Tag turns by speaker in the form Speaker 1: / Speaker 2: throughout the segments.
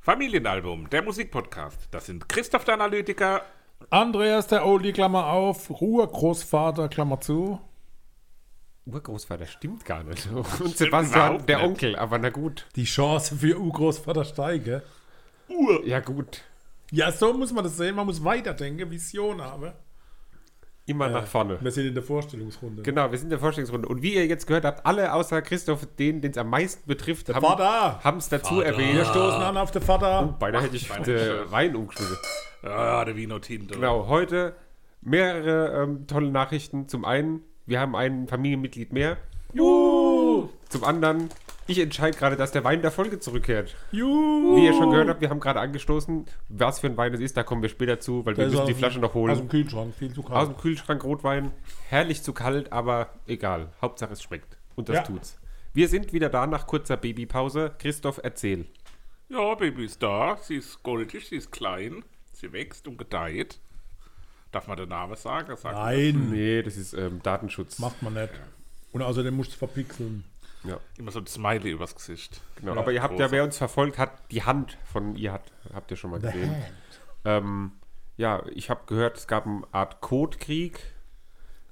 Speaker 1: Familienalbum, der Musikpodcast. Das sind Christoph der Analytiker.
Speaker 2: Andreas der Oldie, Klammer auf, Ruhe, Großvater, Klammer zu.
Speaker 3: Urgroßvater stimmt gar nicht. Und Sebastian,
Speaker 1: überhaupt
Speaker 3: der
Speaker 1: nicht.
Speaker 3: Onkel, aber na gut.
Speaker 2: Die Chance für U-Großvater steige.
Speaker 3: Ja, gut.
Speaker 2: Ja, so muss man das sehen. Man muss weiterdenken, Vision haben.
Speaker 3: Immer nach vorne.
Speaker 2: Wir sind in der Vorstellungsrunde.
Speaker 3: Genau, wir sind in der Vorstellungsrunde. Und wie ihr jetzt gehört habt, alle außer Christoph, den den es am meisten betrifft,
Speaker 2: Vater!
Speaker 3: haben es dazu
Speaker 2: Wir
Speaker 3: erwähnt.
Speaker 2: stoßen an auf den Vater.
Speaker 3: Beinahe hätte ich
Speaker 1: hätte
Speaker 3: äh, Wein umgeschüttet.
Speaker 1: Ah, der Vino Tinto.
Speaker 3: Genau, heute mehrere ähm, tolle Nachrichten. Zum einen, wir haben ein Familienmitglied mehr. Juhu! Zum anderen, ich entscheide gerade, dass der Wein der Folge zurückkehrt.
Speaker 2: Juhu!
Speaker 3: Wie ihr schon gehört habt, wir haben gerade angestoßen, was für ein Wein es ist, da kommen wir später zu, weil wir müssen die Flasche noch holen.
Speaker 2: Also Aus dem Kühlschrank, viel zu
Speaker 3: Aus
Speaker 2: kalt.
Speaker 3: dem Kühlschrank Rotwein. Herrlich zu kalt, aber egal. Hauptsache es schmeckt. Und das
Speaker 2: Ja.
Speaker 3: tut's. Wir sind wieder da nach kurzer Babypause. Christoph, erzähl.
Speaker 1: Ja, Baby ist da. Sie ist goldig, sie ist klein. Sie wächst und gedeiht. Darf man den Namen sagen? Das sagt
Speaker 2: Nein,
Speaker 3: Nee, das ist ähm, Datenschutz.
Speaker 2: macht man nicht. Und außerdem musst du es verpixeln.
Speaker 3: Ja,
Speaker 1: immer so ein Smiley übers Gesicht.
Speaker 3: genau. aber ihr habt
Speaker 1: großer.
Speaker 3: ja, wer uns verfolgt hat, die Hand von ihr hat, habt ihr schon mal gesehen. Ähm, ja, ich habe gehört, es gab eine Art Codekrieg.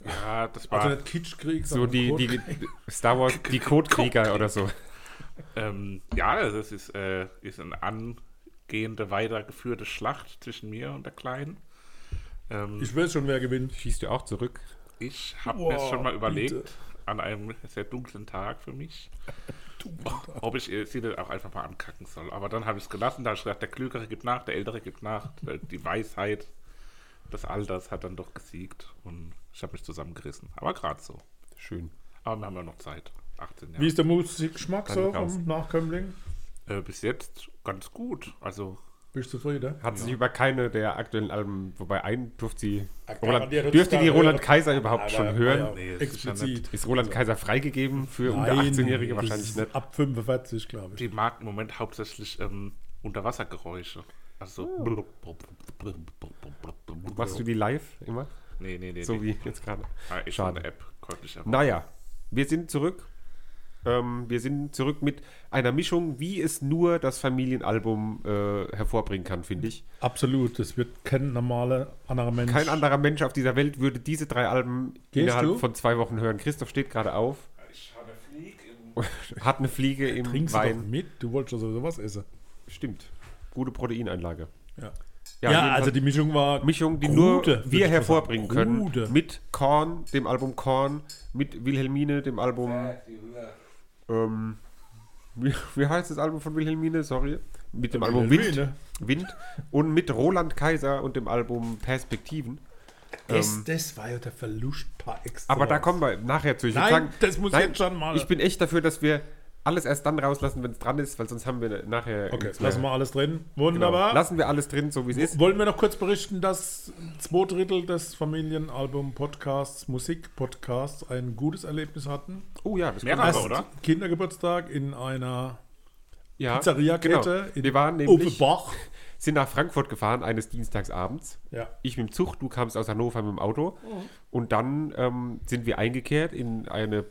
Speaker 1: Ja, das war.
Speaker 2: Also nicht Kitschkrieg,
Speaker 3: Ah. So die, die Star Wars, die Codekrieger oder so.
Speaker 1: ähm, ja, das ist, äh, ist eine angehende, weitergeführte Schlacht zwischen mir und der Kleinen. Ähm,
Speaker 2: Ich weiß schon, wer gewinnt.
Speaker 3: Schießt du auch zurück?
Speaker 1: Ich habe
Speaker 2: Boah,
Speaker 1: mir schon mal überlegt,
Speaker 2: bitte.
Speaker 1: an einem sehr dunklen Tag für mich, ob ich äh, sie dann auch einfach mal ankacken soll. Aber dann habe ich es gelassen, da habe ich gedacht, der Klügere gibt nach, der Ältere gibt nach, Äh, die Weisheit des Alters hat dann doch gesiegt und ich habe mich zusammengerissen. Aber gerade so.
Speaker 3: Schön.
Speaker 1: Aber wir haben ja noch Zeit. 18 Jahre.
Speaker 2: Wie ist der Musikgeschmack so
Speaker 3: Dann raus.
Speaker 2: vom Nachkömmling?
Speaker 1: Äh, bis jetzt ganz gut. Also,
Speaker 2: Bist du zufrieden?
Speaker 3: Hat sich über keine der aktuellen Alben, wobei einen durfte sie, Roland,
Speaker 2: garantiert
Speaker 3: dürfte die
Speaker 2: hören.
Speaker 3: Roland Kaiser überhaupt schon hören.
Speaker 1: Nee, das ist ja
Speaker 2: explizit.
Speaker 3: Ist Roland Kaiser freigegeben für unter
Speaker 2: Nein,
Speaker 3: 18-Jährige
Speaker 2: das
Speaker 3: wahrscheinlich
Speaker 2: ist
Speaker 3: nicht?
Speaker 2: Ab 45, glaube ich.
Speaker 1: die mag im Moment hauptsächlich ähm, Unterwassergeräusche. Also.
Speaker 3: Machst Ah. du die live immer?
Speaker 1: Nee, nee, nee.
Speaker 3: So
Speaker 1: nee.
Speaker 3: wie jetzt gerade.
Speaker 1: Ah, ist Schade.
Speaker 3: Schade.
Speaker 1: eine App, konnte ich aber.
Speaker 3: Naja, wir sind zurück. Ähm, wir sind zurück mit einer Mischung, wie es nur das Familienalbum äh, hervorbringen kann, finde ich.
Speaker 2: Absolut, das wird kein normaler anderer Mensch.
Speaker 3: Kein anderer Mensch auf dieser Welt würde diese drei Alben
Speaker 2: Gehst
Speaker 3: innerhalb
Speaker 2: du?
Speaker 3: von zwei Wochen hören. Christoph steht gerade auf,
Speaker 1: Ich habe Flieg im
Speaker 3: hat eine Fliege im
Speaker 2: Trinkst du doch
Speaker 3: Wein.
Speaker 2: mit? Du wolltest doch sowieso was essen.
Speaker 3: Stimmt. Gute Proteineinlage.
Speaker 2: Ja,
Speaker 3: Ja, jedenfalls-
Speaker 2: also die Mischung war
Speaker 3: Mischung, die
Speaker 2: Gute, würde
Speaker 3: nur
Speaker 2: ich mal
Speaker 3: wir hervorbringen
Speaker 2: sagen.
Speaker 3: können.
Speaker 2: Gute.
Speaker 3: Mit Korn, dem Album Korn, mit Wilhelmine, dem Album. Ähm, wie, wie heißt das Album von Wilhelmine? Sorry. Mit dem Album Wind,
Speaker 2: Wilhelmine.
Speaker 3: Wind und mit Roland Kaiser und dem Album Perspektiven.
Speaker 2: Das, das war ja der Verlust par excellence.
Speaker 3: Aber da kommen wir nachher zu. Ich würd
Speaker 2: Nein, das muss jetzt schon mal-
Speaker 3: Ich bin echt dafür, dass wir alles erst dann rauslassen, wenn es dran ist, weil sonst haben wir nachher.
Speaker 2: Okay,
Speaker 3: nichts mehr.
Speaker 2: lassen wir alles drin.
Speaker 3: Genau.
Speaker 2: Wunderbar.
Speaker 3: Lassen wir alles drin, so wie es ist.
Speaker 2: Wollen wir noch kurz berichten, dass zwei Drittel des Familienalbum-Podcasts, Musik-Podcasts, ein gutes Erlebnis hatten?
Speaker 3: Oh ja, das
Speaker 1: Mehrere,
Speaker 3: kommt.
Speaker 1: Aber, oder?
Speaker 2: Kindergeburtstag in einer
Speaker 3: ja,
Speaker 2: Pizzeria-Kette
Speaker 3: Genau.
Speaker 2: in
Speaker 3: Wir waren nämlich.
Speaker 2: Offenbach.
Speaker 3: sind nach Frankfurt gefahren eines Dienstagsabends.
Speaker 2: Ja.
Speaker 3: Ich mit dem Zug, du kamst aus Hannover mit dem Auto. Und dann ähm, sind wir eingekehrt in, eine,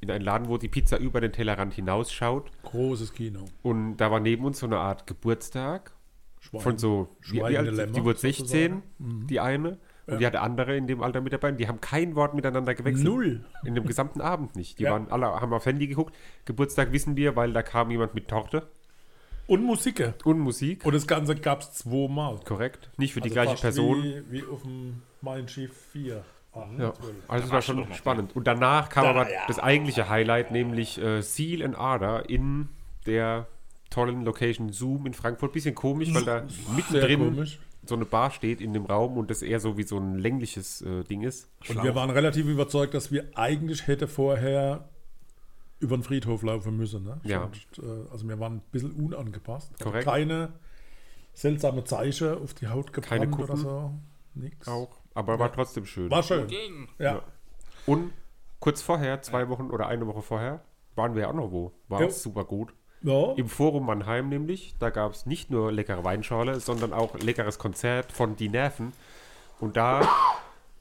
Speaker 3: in einen Laden, wo die Pizza über den Tellerrand hinausschaut.
Speaker 2: Großes Kino.
Speaker 3: Und da war neben uns so eine Art Geburtstag
Speaker 2: Schwein.
Speaker 3: von so, wie, wie
Speaker 2: Schweigende
Speaker 3: alt,
Speaker 2: Lämmer,
Speaker 3: die wurde
Speaker 2: sozusagen. Mhm.
Speaker 3: 16, die eine. Und die hatte andere in dem Alter mit dabei. Und die haben kein Wort miteinander gewechselt.
Speaker 2: Null.
Speaker 3: In dem gesamten Abend nicht. Die
Speaker 2: Ja.
Speaker 3: waren alle, haben aufs Handy geguckt. Geburtstag wissen wir, weil da kam jemand mit Torte
Speaker 2: Und Musike.
Speaker 3: und Musik.
Speaker 2: Und das Ganze gab es zweimal. Also
Speaker 3: Korrekt. Nicht für die gleiche
Speaker 2: fast
Speaker 3: Person.
Speaker 2: Wie, wie auf dem Mein Schiff 4. Ah,
Speaker 3: Ja,
Speaker 2: natürlich.
Speaker 3: also es war schon spannend. Und danach kam aber das eigentliche Highlight, nämlich äh, Seal and Ada in der tollen Location Zoom in Frankfurt. Bisschen komisch, weil da mittendrin
Speaker 2: komisch.
Speaker 3: so eine Bar steht in dem Raum und das eher so wie so ein längliches äh, Ding ist.
Speaker 2: Und wir waren relativ überzeugt, dass wir eigentlich hätte vorher über den Friedhof laufen müssen. Ne?
Speaker 3: Ja.
Speaker 2: Sonst, äh, also wir waren ein bisschen unangepasst. Also
Speaker 3: Korrekt.
Speaker 2: Keine seltsame Zeichen auf die Haut gebrannt
Speaker 3: Keine
Speaker 2: oder
Speaker 3: Kuppen.
Speaker 2: so. Nix.
Speaker 3: Auch. Aber war trotzdem schön.
Speaker 2: War schön. Ja.
Speaker 3: Und kurz vorher, zwei Wochen oder eine Woche vorher, waren wir ja auch noch wo. War
Speaker 2: Jo.
Speaker 3: super gut.
Speaker 2: ja.
Speaker 3: Im Forum Mannheim nämlich, da gab es nicht nur leckere Weinschorle, sondern auch leckeres Konzert von Die Nerven. Und da,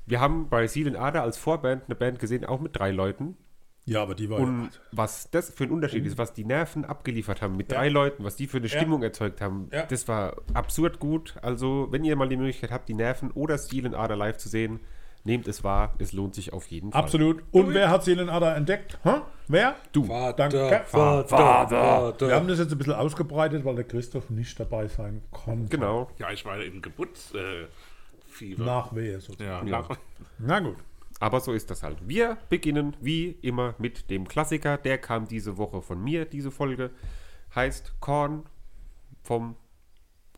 Speaker 3: wir haben bei Seal and Ada als Vorband eine Band gesehen, auch mit drei Leuten.
Speaker 2: Ja, aber die war
Speaker 3: Und was das für ein Unterschied ist, was die Nerven abgeliefert haben mit drei Leuten, was die für eine Stimmung erzeugt haben,
Speaker 2: Ja.
Speaker 3: das war absurd gut. Also, wenn ihr mal die Möglichkeit habt, die Nerven oder Stil in Ader live zu sehen, nehmt es wahr, es lohnt sich auf jeden Fall.
Speaker 2: absolut. Und wer hat Seelen Ada entdeckt? Hä? Wer?
Speaker 3: Du.
Speaker 2: Danke.
Speaker 4: Vater,
Speaker 2: Wir haben das jetzt ein bisschen ausgebreitet, weil der Christoph nicht dabei sein konnte.
Speaker 3: Genau.
Speaker 1: Ja, ich war im Geburtsfieber. Äh, Fieber.
Speaker 2: Nachwehe sozusagen.
Speaker 1: ja, genau. nach,
Speaker 2: Na gut.
Speaker 3: Aber so ist das halt. Wir beginnen wie immer mit dem Klassiker. Der kam diese Woche von mir, diese Folge. Heißt Korn vom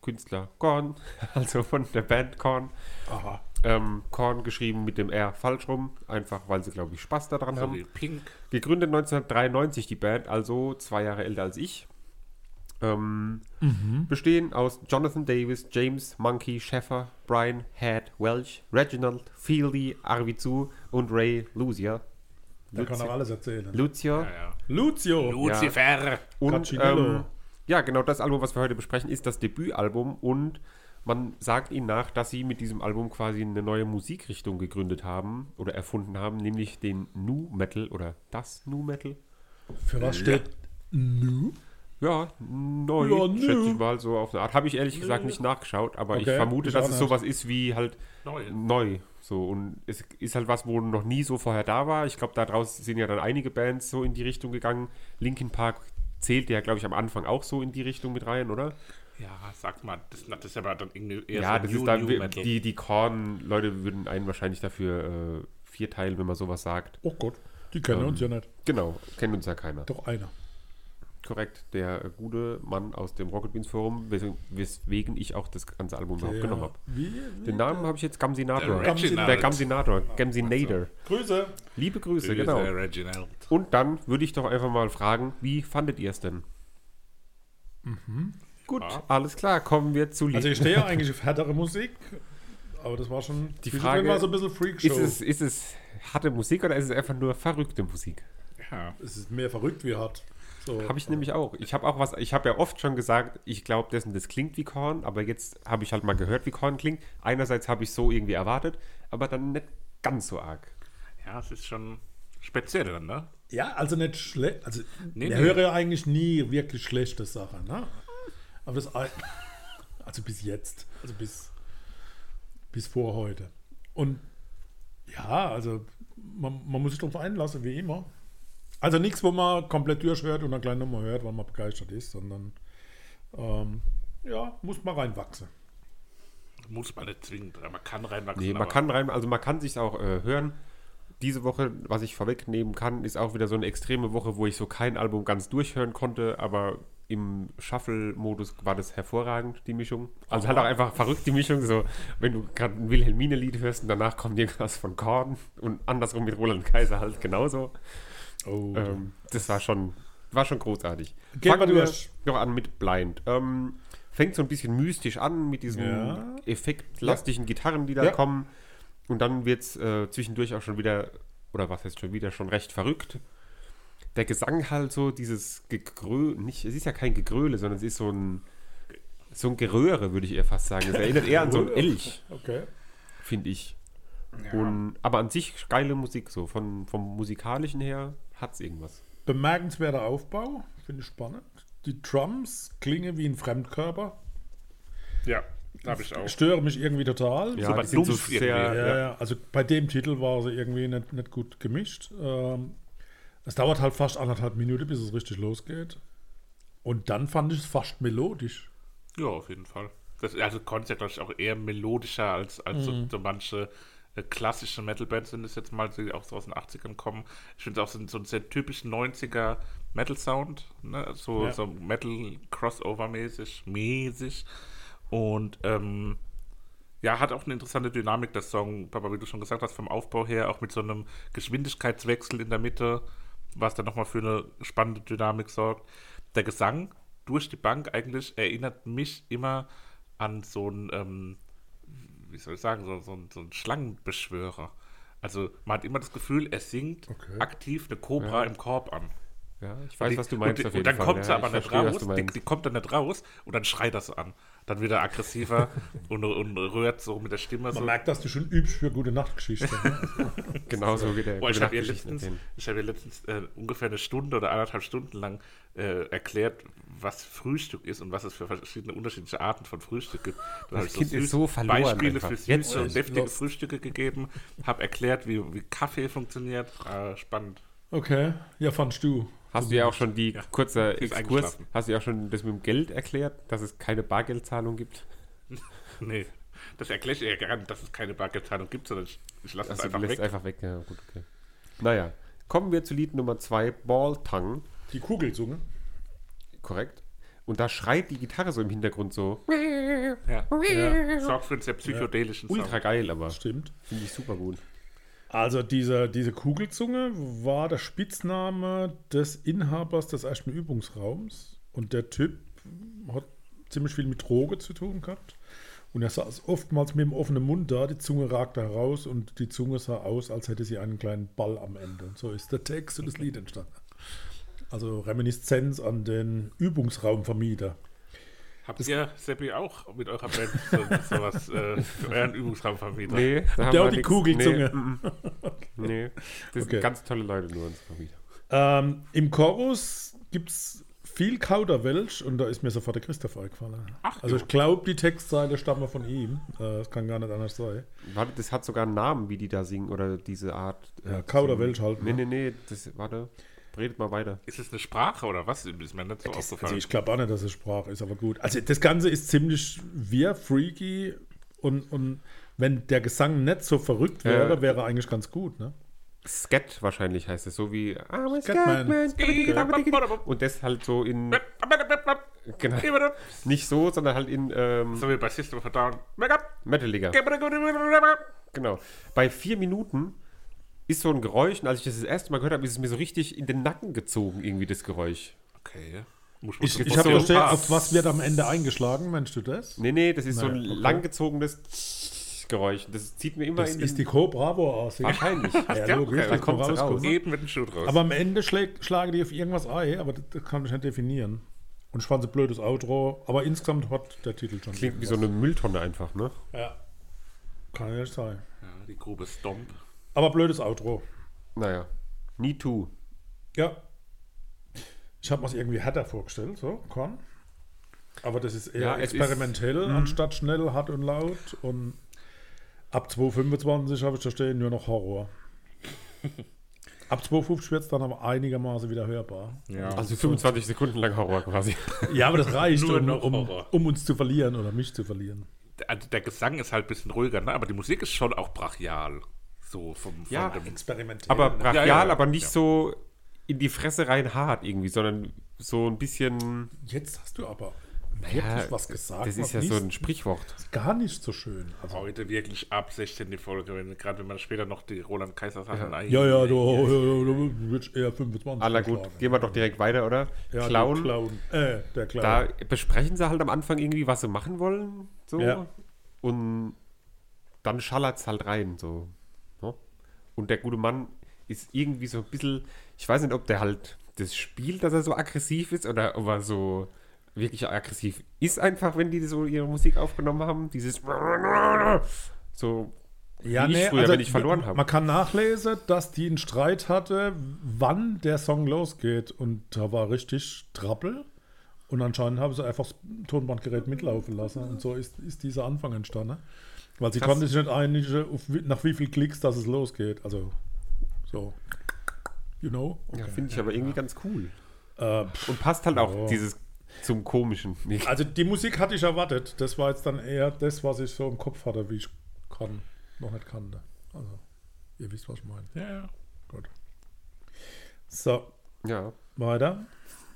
Speaker 3: Künstler Korn, also von der Band Korn.
Speaker 2: Aha.
Speaker 3: Ähm, Korn geschrieben mit dem R falsch rum, einfach weil sie, glaube ich, Spaß daran
Speaker 1: so wie
Speaker 3: haben.
Speaker 1: Pink.
Speaker 3: Gegründet 1993 die Band, also zwei Jahre älter als ich. Ähm,
Speaker 1: Mhm.
Speaker 3: Bestehen aus Jonathan Davis, James Monkey, Sheffer, Brian Head, Welsh, Reginald, Fieldy, Arvizu und Ray Lucia.
Speaker 2: Der kann auch
Speaker 3: Lucia,
Speaker 2: alles erzählen.
Speaker 3: Lucia
Speaker 1: Ja, ja.
Speaker 2: Lucio.
Speaker 1: Lucifer.
Speaker 3: und
Speaker 2: Caccinello.
Speaker 3: ähm, ja, genau das Album, was wir heute besprechen, ist das Debütalbum und man sagt ihnen nach, dass sie mit diesem Album quasi eine neue Musikrichtung gegründet haben oder erfunden haben, nämlich den Nu Metal oder das Nu Metal.
Speaker 2: Für was steht Nu?
Speaker 3: Ja, neu,
Speaker 2: Ja, nö.
Speaker 3: schätze ich mal so auf eine Art. Habe ich ehrlich gesagt nicht nachgeschaut, aber ich
Speaker 2: Okay,
Speaker 3: vermute,
Speaker 2: ich
Speaker 3: dass
Speaker 2: auch
Speaker 3: es
Speaker 2: nicht.
Speaker 3: sowas ist wie halt
Speaker 1: Neu.
Speaker 3: neu. So, und es ist halt was, wo noch nie so vorher da war. Ich glaube, daraus sind ja dann einige Bands so in die Richtung gegangen. Linkin Park zählte ja, glaube ich, am Anfang auch so in die Richtung mit rein, oder?
Speaker 1: Ja, sag mal, das, das ist aber dann irgendwie eher
Speaker 3: ja, das ist dann,
Speaker 1: Metal.
Speaker 3: die, die Korn-Leute würden einen wahrscheinlich dafür äh, vierteilen, wenn man sowas sagt.
Speaker 2: Oh Gott, die kennen uns ja nicht.
Speaker 3: Genau, kennt uns ja keiner.
Speaker 2: Doch einer.
Speaker 3: Korrekt, der äh, gute Mann aus dem Rocket Beans Forum, wes weswegen ich auch das ganze Album überhaupt
Speaker 2: Der-
Speaker 3: genommen habe.
Speaker 2: Wie?
Speaker 3: Den Namen habe ich jetzt Gamsinator.
Speaker 1: Der Reginald.
Speaker 3: Der Gamsinator. Gamsinator.
Speaker 2: Grüße.
Speaker 3: Liebe Grüße,
Speaker 1: Grüße,
Speaker 3: genau.
Speaker 1: Reginald.
Speaker 3: Und dann würde ich doch einfach mal fragen, wie fandet ihr es denn? Gut, alles klar, kommen wir zu Lied.
Speaker 2: Mhm. Also ich stehe ja eigentlich auf härtere Musik, aber das war schon...
Speaker 3: Die
Speaker 2: Zwischendrin
Speaker 3: Frage-
Speaker 2: war so ein bisschen Freakshow.
Speaker 3: ist, es, ist es harte Musik oder ist es einfach nur verrückte Musik?
Speaker 1: Ja.
Speaker 2: es ist mehr verrückt wie hart. So.
Speaker 3: Habe ich nämlich auch. Ich habe auch was, ich habe ja oft schon gesagt, ich glaube, dessen das klingt wie Korn, aber jetzt habe ich halt mal gehört, wie Korn klingt. Einerseits habe ich so irgendwie erwartet, aber dann nicht ganz so arg.
Speaker 1: ja, es ist schon speziell dann, ne?
Speaker 2: Ja, also nicht schlecht. Also,
Speaker 1: Nee,
Speaker 2: ich
Speaker 1: nee.
Speaker 2: höre ja eigentlich nie wirklich schlechte Sachen. Ne? Aber das. ei- Also bis jetzt. Also bis, bis vor heute. Und ja, also man, man muss sich darauf einlassen, wie immer. Also nichts, wo man komplett durchhört und dann gleich nochmal hört, weil man begeistert ist, sondern ähm, ja, muss man reinwachsen.
Speaker 1: Muss man nicht zwingend, aber man kann reinwachsen.
Speaker 3: Nee, man
Speaker 1: aber-
Speaker 3: kann rein, also man kann sich auch äh, hören. Diese Woche, was ich vorwegnehmen kann, ist auch wieder so eine extreme Woche, wo ich so kein Album ganz durchhören konnte, aber im Shuffle-Modus war das hervorragend, die Mischung. Also halt auch einfach verrückt die Mischung, so wenn du gerade ein Wilhelmine-Lied hörst und danach kommt irgendwas von Korn und andersrum mit Roland Kaiser halt genauso.
Speaker 2: Oh.
Speaker 3: Ähm, das war schon, war schon großartig.
Speaker 2: Gehen
Speaker 3: Fangen
Speaker 2: wir
Speaker 3: wir
Speaker 2: durch.
Speaker 3: noch an mit Blind. Ähm, fängt so ein bisschen mystisch an mit diesen
Speaker 2: Ja.
Speaker 3: effektlastigen Gitarren, die da
Speaker 2: Ja.
Speaker 3: kommen. Und dann wird es äh, zwischendurch auch schon wieder, oder was heißt schon wieder, schon recht verrückt. Der Gesang halt so, dieses Gegröle, nicht, es ist ja kein Gegröle, sondern es ist so ein, so ein Geröhre, würde ich eher fast sagen. Es erinnert eher an so ein Elch,
Speaker 2: Okay.
Speaker 3: finde ich. Und, aber an sich geile Musik, so von, vom musikalischen her hat es irgendwas.
Speaker 2: Bemerkenswerter Aufbau, finde ich spannend. Die Drums klingen wie ein Fremdkörper.
Speaker 1: Ja, da habe ich auch.
Speaker 2: Störe mich irgendwie total.
Speaker 3: Ja,
Speaker 1: So
Speaker 3: die
Speaker 1: was
Speaker 3: sind so
Speaker 1: Dumpf
Speaker 3: sehr,
Speaker 1: irgendwie,
Speaker 2: Ja,
Speaker 3: ja.
Speaker 2: ja, also bei dem Titel war sie irgendwie nicht, nicht gut gemischt. Ähm, es dauert halt fast anderthalb Minuten, bis es richtig losgeht. Und dann fand ich es fast melodisch.
Speaker 1: Ja, auf jeden Fall. Das, also Korn ist ja, glaube ich, auch eher melodischer als, als so, so manche äh, klassische Metal-Bands sind es jetzt mal, die auch so aus den 80ern kommen. Ich finde es auch so, ein- so ein sehr typisch 90er Metal-Sound, ne? so,
Speaker 2: Ja.
Speaker 1: so Metal-Crossover-mäßig, mäßig. Und ähm, ja, hat auch eine interessante Dynamik, der Song, Papa, wie du schon gesagt hast, vom Aufbau her, auch mit so einem Geschwindigkeitswechsel in der Mitte, was dann nochmal für eine spannende Dynamik sorgt. Der Gesang durch die Bank eigentlich erinnert mich immer an so ein, ähm, wie soll ich sagen, so, so, ein- so ein Schlangenbeschwörer. Also man hat immer das Gefühl, er singt
Speaker 2: Okay.
Speaker 1: aktiv eine Cobra im Korb an.
Speaker 3: Ja, ich weiß,
Speaker 1: Die-
Speaker 3: was du meinst.
Speaker 1: Und,
Speaker 3: auf
Speaker 1: die- und dann
Speaker 3: jeden Fall.
Speaker 1: kommt sie
Speaker 3: ja,
Speaker 1: aber
Speaker 3: ich
Speaker 1: nicht
Speaker 3: verstehe, was
Speaker 1: raus,
Speaker 3: du
Speaker 1: die,
Speaker 3: meinst.
Speaker 1: die kommt dann nicht raus und dann schreit das an. Dann wird er aggressiver und, und rührt so mit der Stimme so.
Speaker 2: Man merkt, dass du schon übst für gute Nachtgeschichten. Ne?
Speaker 3: Genau so geht der
Speaker 1: Boah, ich
Speaker 3: gute
Speaker 1: habe ihr
Speaker 3: Nachtgeschichten
Speaker 1: letztens,
Speaker 3: erzählen.
Speaker 1: ich hab ihr letztens äh, ungefähr eine Stunde oder anderthalb Stunden lang äh, erklärt, was Frühstück ist und was es für verschiedene unterschiedliche Arten von Frühstück gibt. Dann hab ich
Speaker 3: Kind ist
Speaker 1: süß-
Speaker 3: so verloren
Speaker 1: Beispiele
Speaker 3: einfach.
Speaker 1: für
Speaker 3: Jetzt
Speaker 1: süße und
Speaker 3: erst.
Speaker 1: deftige
Speaker 2: Lost.
Speaker 1: Frühstücke gegeben, habe erklärt, wie, wie Kaffee funktioniert. Äh, spannend.
Speaker 2: Okay, ja, fandst du.
Speaker 3: Hast du ja auch schon die
Speaker 1: Ja.
Speaker 3: kurze
Speaker 1: Sie ist
Speaker 3: Exkurs,
Speaker 1: eingeschlafen.
Speaker 3: hast du ja auch schon das mit dem Geld erklärt, dass es keine Bargeldzahlung gibt?
Speaker 1: Nee, das erkläre ich ihr gar nicht, dass es keine Bargeldzahlung gibt, sondern ich, ich lasse es
Speaker 3: Also, du
Speaker 1: einfach
Speaker 3: lässt
Speaker 1: weg.
Speaker 3: einfach weg. Ja, gut, okay. Naja, kommen wir zu Lied Nummer 2, Ball Tongue,
Speaker 2: Die Kugelzunge.
Speaker 3: korrekt? Und da schreit die Gitarre so im Hintergrund so.
Speaker 1: Ja.
Speaker 2: Ja.
Speaker 1: Sorgt für einen sehr psychedelischen
Speaker 3: Ultra
Speaker 1: Sound.
Speaker 3: geil, aber
Speaker 2: Stimmt.
Speaker 3: finde ich super gut.
Speaker 2: Also diese, diese Kugelzunge war der Spitzname des Inhabers des ersten Übungsraums. Und der Typ hat ziemlich viel mit Droge zu tun gehabt. Und er saß oftmals mit dem offenen Mund da, die Zunge ragte heraus und die Zunge sah aus, als hätte sie einen kleinen Ball am Ende. Und so ist der Text und das Lied entstanden. Also Reminiszenz an den Übungsraumvermieter.
Speaker 1: Habt ihr, Seppi, auch mit eurer Band so, sowas äh, für euren Übungsraum vermietet?
Speaker 3: Nee, da
Speaker 2: Der
Speaker 3: haben wir
Speaker 2: auch die
Speaker 3: nix.
Speaker 2: Kugelzunge.
Speaker 3: Nee, mm, mm. nee. das
Speaker 2: Okay.
Speaker 3: sind ganz tolle Leute nur uns wieder.
Speaker 2: Ähm, Im Chorus gibt es viel Kauderwelsch und da ist mir sofort der Christoph eingefallen.
Speaker 1: Ach,
Speaker 2: also
Speaker 1: jo.
Speaker 2: ich glaube, die Textzeile stammen von ihm. Äh, Das kann gar nicht anders sein.
Speaker 3: Warte, das hat sogar einen Namen, wie die da singen oder diese Art. äh,
Speaker 2: Ja, Kauderwelsch halt.
Speaker 3: Nee,
Speaker 2: ne?
Speaker 3: nee, nee, das, warte, redet mal weiter.
Speaker 1: Ist es eine Sprache oder was? Ist mir nicht so
Speaker 2: Also
Speaker 1: aufgefallen.
Speaker 2: ich glaube auch nicht, dass es Sprache ist, aber gut. Also das Ganze ist ziemlich wir freaky und, und wenn der Gesang nicht so verrückt wäre,
Speaker 3: Äh.
Speaker 2: wäre eigentlich ganz gut. Ne?
Speaker 3: Skat wahrscheinlich heißt es, so wie I'm a
Speaker 2: Scatman.
Speaker 3: Scatman. Und das halt so in, genau, nicht so, sondern halt in ähm,
Speaker 1: So wie bei System of a Down.
Speaker 3: Metaliger. Genau. Bei vier Minuten ist so ein Geräusch, und als ich das das erste Mal gehört habe, ist es mir so richtig in den Nacken gezogen, irgendwie das Geräusch.
Speaker 1: Okay. Muss man
Speaker 2: Ich,
Speaker 1: so-
Speaker 2: ich
Speaker 3: hab
Speaker 2: habe
Speaker 1: so-
Speaker 2: verstanden,
Speaker 1: Ah,
Speaker 2: auf was wird am Ende eingeschlagen, meinst du das?
Speaker 3: Nee, nee, das ist so ein
Speaker 2: Naja, okay.
Speaker 3: langgezogenes Geräusch. Das zieht mir immer
Speaker 2: Das
Speaker 3: in
Speaker 2: ist die
Speaker 3: den...
Speaker 2: Co. Bravo aus. Ja,
Speaker 3: Wahrscheinlich.
Speaker 1: ja,
Speaker 2: logisch,
Speaker 1: okay,
Speaker 2: dass
Speaker 1: dann
Speaker 2: man
Speaker 3: kommt's raus.
Speaker 2: rauskommt.
Speaker 1: Eben mit dem Schuh draus.
Speaker 2: Aber am Ende schläg, schlage die auf irgendwas ein, aber das, das kann ich nicht definieren. Und schwanze blödes Outro, aber insgesamt hat der Titel schon.
Speaker 3: Klingt wie so eine Mülltonne einfach, ne?
Speaker 2: Ja. Kann ja nicht sein.
Speaker 1: ja, die Grube Stomp.
Speaker 2: Aber blödes Outro.
Speaker 3: Naja. Need to.
Speaker 2: Ja. Ich habe mir das irgendwie härter vorgestellt, so, kann. Aber das ist eher
Speaker 3: Ja, es Mhm.
Speaker 2: experimentell anstatt schnell, hart und laut. Und ab 2,25 habe ich da stehen nur noch Horror. ab 2,50 wird es dann aber einigermaßen wieder hörbar.
Speaker 1: Ja.
Speaker 3: Also 25 Sekunden lang Horror quasi.
Speaker 2: Ja, aber das reicht,
Speaker 1: Nur
Speaker 2: um,
Speaker 1: noch
Speaker 2: um,
Speaker 1: Horror.
Speaker 2: um uns zu verlieren oder mich zu verlieren.
Speaker 1: also der Gesang ist halt ein bisschen ruhiger, ne? aber die Musik ist schon auch brachial. So vom, vom
Speaker 3: Ja,
Speaker 1: dem,
Speaker 2: Experimentell.
Speaker 3: Aber brachial,
Speaker 1: ja, ja.
Speaker 3: aber nicht
Speaker 1: Ja.
Speaker 3: so in die Fresse rein hart irgendwie, sondern so ein bisschen.
Speaker 2: jetzt hast du aber
Speaker 3: Ja,
Speaker 2: wirklich was gesagt.
Speaker 3: Das
Speaker 2: was
Speaker 3: ist ja so
Speaker 2: nicht-
Speaker 3: ein Sprichwort.
Speaker 2: gar nicht so schön. Also,
Speaker 1: heute wirklich ab 16 die Folge, wenn, gerade wenn man später noch die Roland Kaiser Sachen ein.
Speaker 2: ja, ja, du, ja, ja, du willst eher 25.
Speaker 3: Aller gut,
Speaker 2: vorschlagen.
Speaker 3: gehen wir doch direkt weiter, oder?
Speaker 2: Ja, Clown.
Speaker 3: Clown.
Speaker 2: Clown. Äh, der Clown.
Speaker 3: Da besprechen sie halt am Anfang irgendwie, was sie machen wollen. So.
Speaker 2: Ja.
Speaker 3: Und dann schallert es halt rein. So. Ne? Und der gute Mann ist irgendwie so ein bisschen, ich weiß nicht, ob der halt das spielt, dass er so aggressiv ist oder ob er so wirklich aggressiv ist einfach, wenn die so ihre Musik aufgenommen haben. Dieses so
Speaker 2: ja, also
Speaker 3: wie ich früher, wenn ich verloren habe.
Speaker 2: Man kann nachlesen, dass die einen Streit hatte, wann der Song losgeht. Und da war richtig Trappel. Und anscheinend haben sie einfach das Tonbandgerät mitlaufen lassen. Und so ist, ist dieser Anfang entstanden. Weil sie
Speaker 3: Krass.
Speaker 2: konnte sich nicht einigen, auf, wie- nach wie viel Klicks, dass es losgeht. Also, so. You know?
Speaker 3: ja, finde ich aber irgendwie ganz cool.
Speaker 2: Äh,
Speaker 3: Und passt halt auch
Speaker 2: Ja.
Speaker 3: dieses zum Komischen.
Speaker 2: also, die Musik hatte ich erwartet. Das war jetzt dann eher das, was ich so im Kopf hatte, wie ich kann, noch nicht kannte. Also, ihr wisst, was ich meine.
Speaker 1: Ja, ja.
Speaker 2: Gut. So,
Speaker 3: Ja,
Speaker 2: weiter.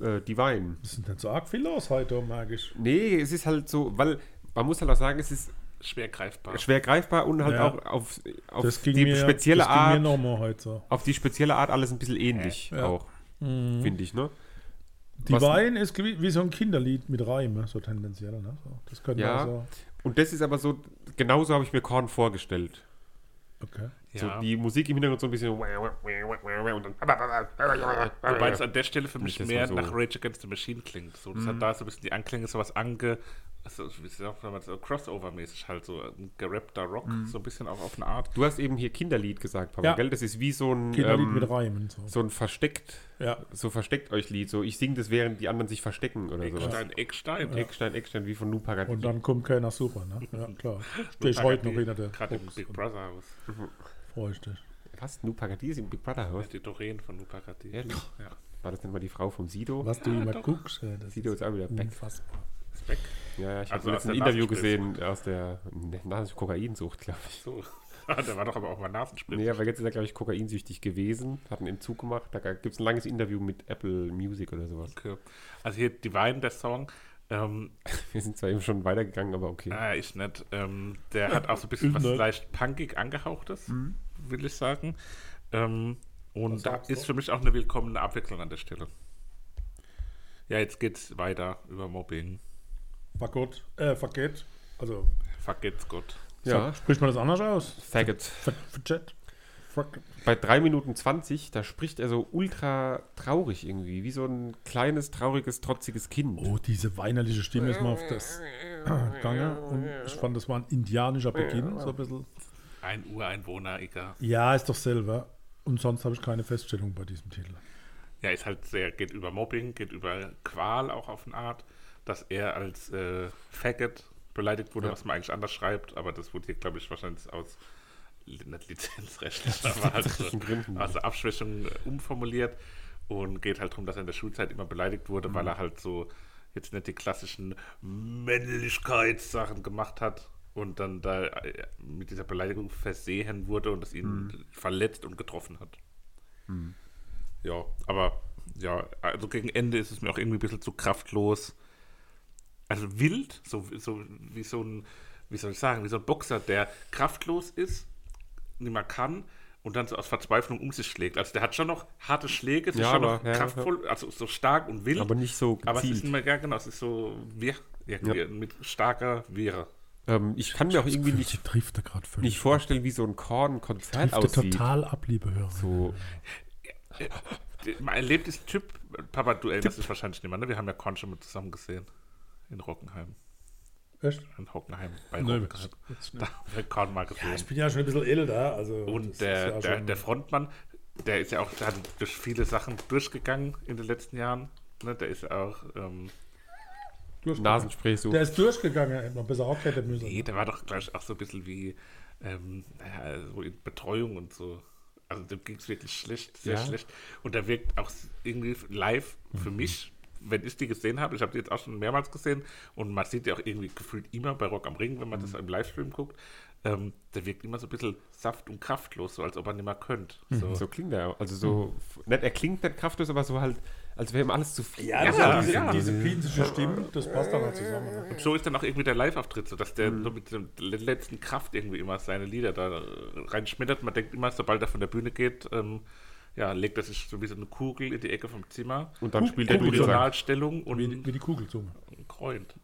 Speaker 3: äh, Divine.
Speaker 2: Es sind nicht so arg viel los heute, merke ich.
Speaker 3: Nee, es ist halt so, weil man muss halt auch sagen, es ist
Speaker 1: Schwer greifbar.
Speaker 3: schwer greifbar und halt
Speaker 2: Ja.
Speaker 3: auch auf, auf
Speaker 2: Das ging
Speaker 3: die
Speaker 2: mir,
Speaker 3: spezielle
Speaker 2: das ging mir
Speaker 3: Art,
Speaker 2: nochmal heute so.
Speaker 3: auf die spezielle Art alles ein bisschen ähnlich
Speaker 2: Ja. Mhm.
Speaker 3: auch, finde ich, ne?
Speaker 2: Die
Speaker 3: Was-
Speaker 2: Wein ist wie, wie so ein Kinderlied mit Reime, so tendenziell. Ne? So, das könnte
Speaker 3: Ja.
Speaker 2: also.
Speaker 3: Und das ist aber so, genauso habe ich mir Korn vorgestellt.
Speaker 2: Okay.
Speaker 3: So die Musik im Hintergrund so ein bisschen und dann
Speaker 1: Wobei es an der Stelle für mich
Speaker 3: das
Speaker 1: mehr
Speaker 3: mal so-
Speaker 1: nach Rage Against the Machine klingt. So, das
Speaker 2: Mhm.
Speaker 1: hat da so ein bisschen die Anklänge, sowas ange. Also, wie sagt man so Crossover-mäßig halt, so ein gerappter Rock,
Speaker 2: Mhm.
Speaker 1: so ein bisschen auch auf eine Art.
Speaker 3: Du hast eben hier Kinderlied gesagt, Papa,
Speaker 2: Ja.
Speaker 3: gell? Das ist wie so ein,
Speaker 2: Kinderlied mit
Speaker 3: ähm,
Speaker 2: Reimen. So.
Speaker 3: so ein versteckt,
Speaker 2: Ja.
Speaker 3: so versteckt euch Lied. So ich singe das, während die anderen sich verstecken oder sowas.
Speaker 1: Eckstein, Eckstein.
Speaker 3: Eckstein, Eckstein, wie von Nupagadi.
Speaker 2: Und dann kommt keiner super, ne? Ja, klar. Stehe ich heute noch hinter der
Speaker 1: Gerade im
Speaker 2: Box
Speaker 1: Big
Speaker 2: und
Speaker 1: Brother Haus.
Speaker 2: freue ich dich.
Speaker 3: Was? Nupagadi ist im Big Brother Haus?
Speaker 1: Die Doreen von Lupagati.
Speaker 3: Ehrlich?
Speaker 1: Ja.
Speaker 3: War das nicht mal die Frau vom Sido?
Speaker 2: Was Hm. du immer guckst, ey, das
Speaker 3: Sido
Speaker 2: ist
Speaker 3: ist auch wieder back.
Speaker 2: unfassbar.
Speaker 1: Ist weg.
Speaker 3: Ja, ja,
Speaker 1: Also
Speaker 3: ich habe
Speaker 1: aus
Speaker 3: letztens ein
Speaker 1: der
Speaker 3: Interview
Speaker 1: Nasenspritze.
Speaker 3: gesehen aus der ne, Nasen- Kokainsucht, glaube ich.
Speaker 1: So. Ah, der war doch aber auch mal Nasenspritze.
Speaker 3: Nee, aber jetzt ist er, glaube ich, kokainsüchtig gewesen, hat einen Entzug gemacht. Da gibt es ein langes Interview mit Apple Music oder sowas.
Speaker 1: Okay. Also hier Divine, der Song. Ähm,
Speaker 3: Wir sind zwar eben schon weitergegangen, aber okay.
Speaker 1: Ah, ich nicht. Ähm, der hat auch so ein bisschen
Speaker 2: Ich
Speaker 1: was
Speaker 2: nicht.
Speaker 1: leicht punkig angehauchtes, will ich sagen. Ähm,
Speaker 2: Das
Speaker 1: und da
Speaker 2: sagst
Speaker 1: ist
Speaker 2: du.
Speaker 1: für mich auch eine willkommene Abwechslung an der Stelle. Ja, jetzt geht's weiter über Mobbing.
Speaker 2: Vergott, äh, vergeht. Also,
Speaker 1: Vergeht's Gott.
Speaker 3: Ja,
Speaker 2: sag- spricht man das anders aus?
Speaker 3: Faggot.
Speaker 2: Verjet? Fuck.
Speaker 3: Bei 3 Minuten 20, da spricht er so ultra traurig irgendwie, wie so ein kleines, trauriges, trotziges Kind.
Speaker 2: Oh, diese weinerliche Stimme ist mal auf das Gange. Und ich fand, das war ein indianischer Beginn, so ein bisschen.
Speaker 1: Ein Ureinwohner, egal.
Speaker 2: Ja, ist doch selber. Und sonst habe ich keine Feststellung bei diesem Titel.
Speaker 1: Ja, ist halt sehr, geht über Mobbing, geht über Qual auch auf eine Art, dass er als äh, Faggot beleidigt wurde,
Speaker 3: Ja.
Speaker 1: was man eigentlich anders schreibt, aber das wurde hier, glaube ich, wahrscheinlich aus li- nicht lizenzrechtlichen, aber halt so,
Speaker 3: Gründen.
Speaker 1: aus der Abschwächung äh, umformuliert und geht halt darum, dass er in der Schulzeit immer beleidigt wurde,
Speaker 3: Mhm.
Speaker 1: weil er halt so jetzt nicht die klassischen Männlichkeitssachen gemacht hat und dann da äh, mit dieser Beleidigung versehen wurde und das ihn
Speaker 3: Mhm.
Speaker 1: verletzt und getroffen hat. Ja, aber ja, also gegen Ende ist es mir auch irgendwie ein bisschen zu kraftlos. Also wild, so, so wie so ein, wie soll ich sagen, wie so ein Boxer, der kraftlos ist, nicht mehr kann und dann so aus Verzweiflung um sich schlägt. Also der hat schon noch harte Schläge, ist
Speaker 3: Ja,
Speaker 1: schon
Speaker 3: aber-
Speaker 1: noch
Speaker 3: ja, ja.
Speaker 1: kraftvoll, also so stark und wild.
Speaker 3: Aber nicht so
Speaker 1: aber es ist
Speaker 3: gezielt.
Speaker 1: nicht mehr, ja genau, es ist so wir, ja,
Speaker 3: Ja.
Speaker 1: mit starker Wehre.
Speaker 3: ähm, ich kann mir auch irgendwie nicht,
Speaker 2: trifft er gerade völlig.
Speaker 3: nicht vorstellen, wie so ein Korn-Konzert
Speaker 2: trifft er
Speaker 3: aussieht.
Speaker 2: total ab, liebe Hörer.
Speaker 3: So,
Speaker 1: Man erlebt das Typ, Papa, du erinnerst dich wahrscheinlich nicht mehr, ne? Wir haben ja Korn schon mal zusammen gesehen. In Rockenheim.
Speaker 2: Echt?
Speaker 1: In Hockenheim. Bei
Speaker 2: Nö,
Speaker 1: Rockenheim. Da haben wir Korn mal gesehen.
Speaker 2: Ich bin ja schon ein bisschen älter. Also das
Speaker 1: Und
Speaker 2: ist
Speaker 1: der,
Speaker 2: ja
Speaker 1: der,
Speaker 2: schon-
Speaker 1: der Frontmann, der ist ja auch der hat durch viele Sachen durchgegangen in den letzten Jahren. Ne, der ist auch, ähm,
Speaker 2: durchgegangen.
Speaker 3: Nasenspray so.
Speaker 2: Der ist durchgegangen, hätte man besser aufklettern müssen.
Speaker 1: nee, der war doch gleich auch so ein bisschen wie ähm, naja, so in Betreuung und so. Also dem ging es wirklich schlecht, sehr
Speaker 3: Ja.
Speaker 1: schlecht. Und der wirkt auch irgendwie live für mich, wenn ich die gesehen habe, ich habe die jetzt auch schon mehrmals gesehen und man sieht ja auch irgendwie gefühlt immer bei Rock am Ring, wenn man das im Livestream guckt, ähm, der wirkt immer so ein bisschen saft und kraftlos, so als ob er nicht mehr könnte. So.
Speaker 3: So klingt er. Also so,
Speaker 1: Hm.
Speaker 3: nicht, er klingt nicht kraftlos, aber so halt, als wäre ihm alles zu viel.
Speaker 2: Ja, das
Speaker 1: Ja,
Speaker 2: ist Also diese,
Speaker 1: ja.
Speaker 2: diese pinsische Stimme, das passt dann halt zusammen. ne?
Speaker 1: Und so ist dann auch irgendwie der Live-Auftritt, so dass der
Speaker 3: Mhm.
Speaker 1: so mit der letzten Kraft irgendwie immer seine Lieder da äh, reinschmettert. Man denkt immer, sobald er von der Bühne geht, ähm, ja, legt er sich so wie so eine Kugel in die Ecke vom Zimmer.
Speaker 3: Und dann spielt er
Speaker 2: Kugelsack.
Speaker 3: Dudelsack.
Speaker 1: Originalstellung
Speaker 2: Wie, die-
Speaker 1: und
Speaker 2: wie die Kugelzunge.
Speaker 1: kreunt.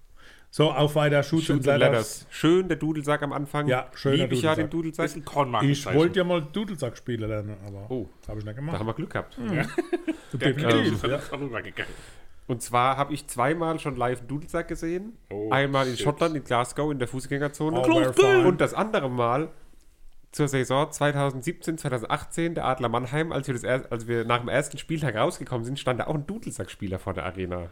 Speaker 2: So, auf weiter, Shoots
Speaker 3: Shoots
Speaker 2: and
Speaker 3: and
Speaker 2: Ladders.
Speaker 3: Ladders. Schön der Dudelsack am Anfang.
Speaker 2: Ja, schöner
Speaker 3: Lieb ich ja den
Speaker 2: Dudelsack.
Speaker 1: Das ist ein
Speaker 3: Dudelsack.
Speaker 1: Kornmarkt.
Speaker 2: Ich wollte ja mal Dudelsack spielen lernen, aber
Speaker 3: Oh.
Speaker 2: habe ich nicht
Speaker 3: Da
Speaker 2: gemacht.
Speaker 3: haben wir Glück gehabt.
Speaker 1: Hm. der Knilch ist
Speaker 2: ja.
Speaker 1: ja. vorübergegangen.
Speaker 3: Und zwar habe ich zweimal schon live einen Dudelsack gesehen.
Speaker 1: Oh,
Speaker 3: Einmal in
Speaker 1: shit.
Speaker 3: Schottland, in Glasgow, in der Fußgängerzone.
Speaker 2: Oh, Close very fine.
Speaker 3: Und das andere Mal zur Saison 2017, 2018, der Adler Mannheim, als wir, das erst, als wir nach dem ersten Spieltag rausgekommen sind, stand da auch ein Dudelsackspieler vor der Arena.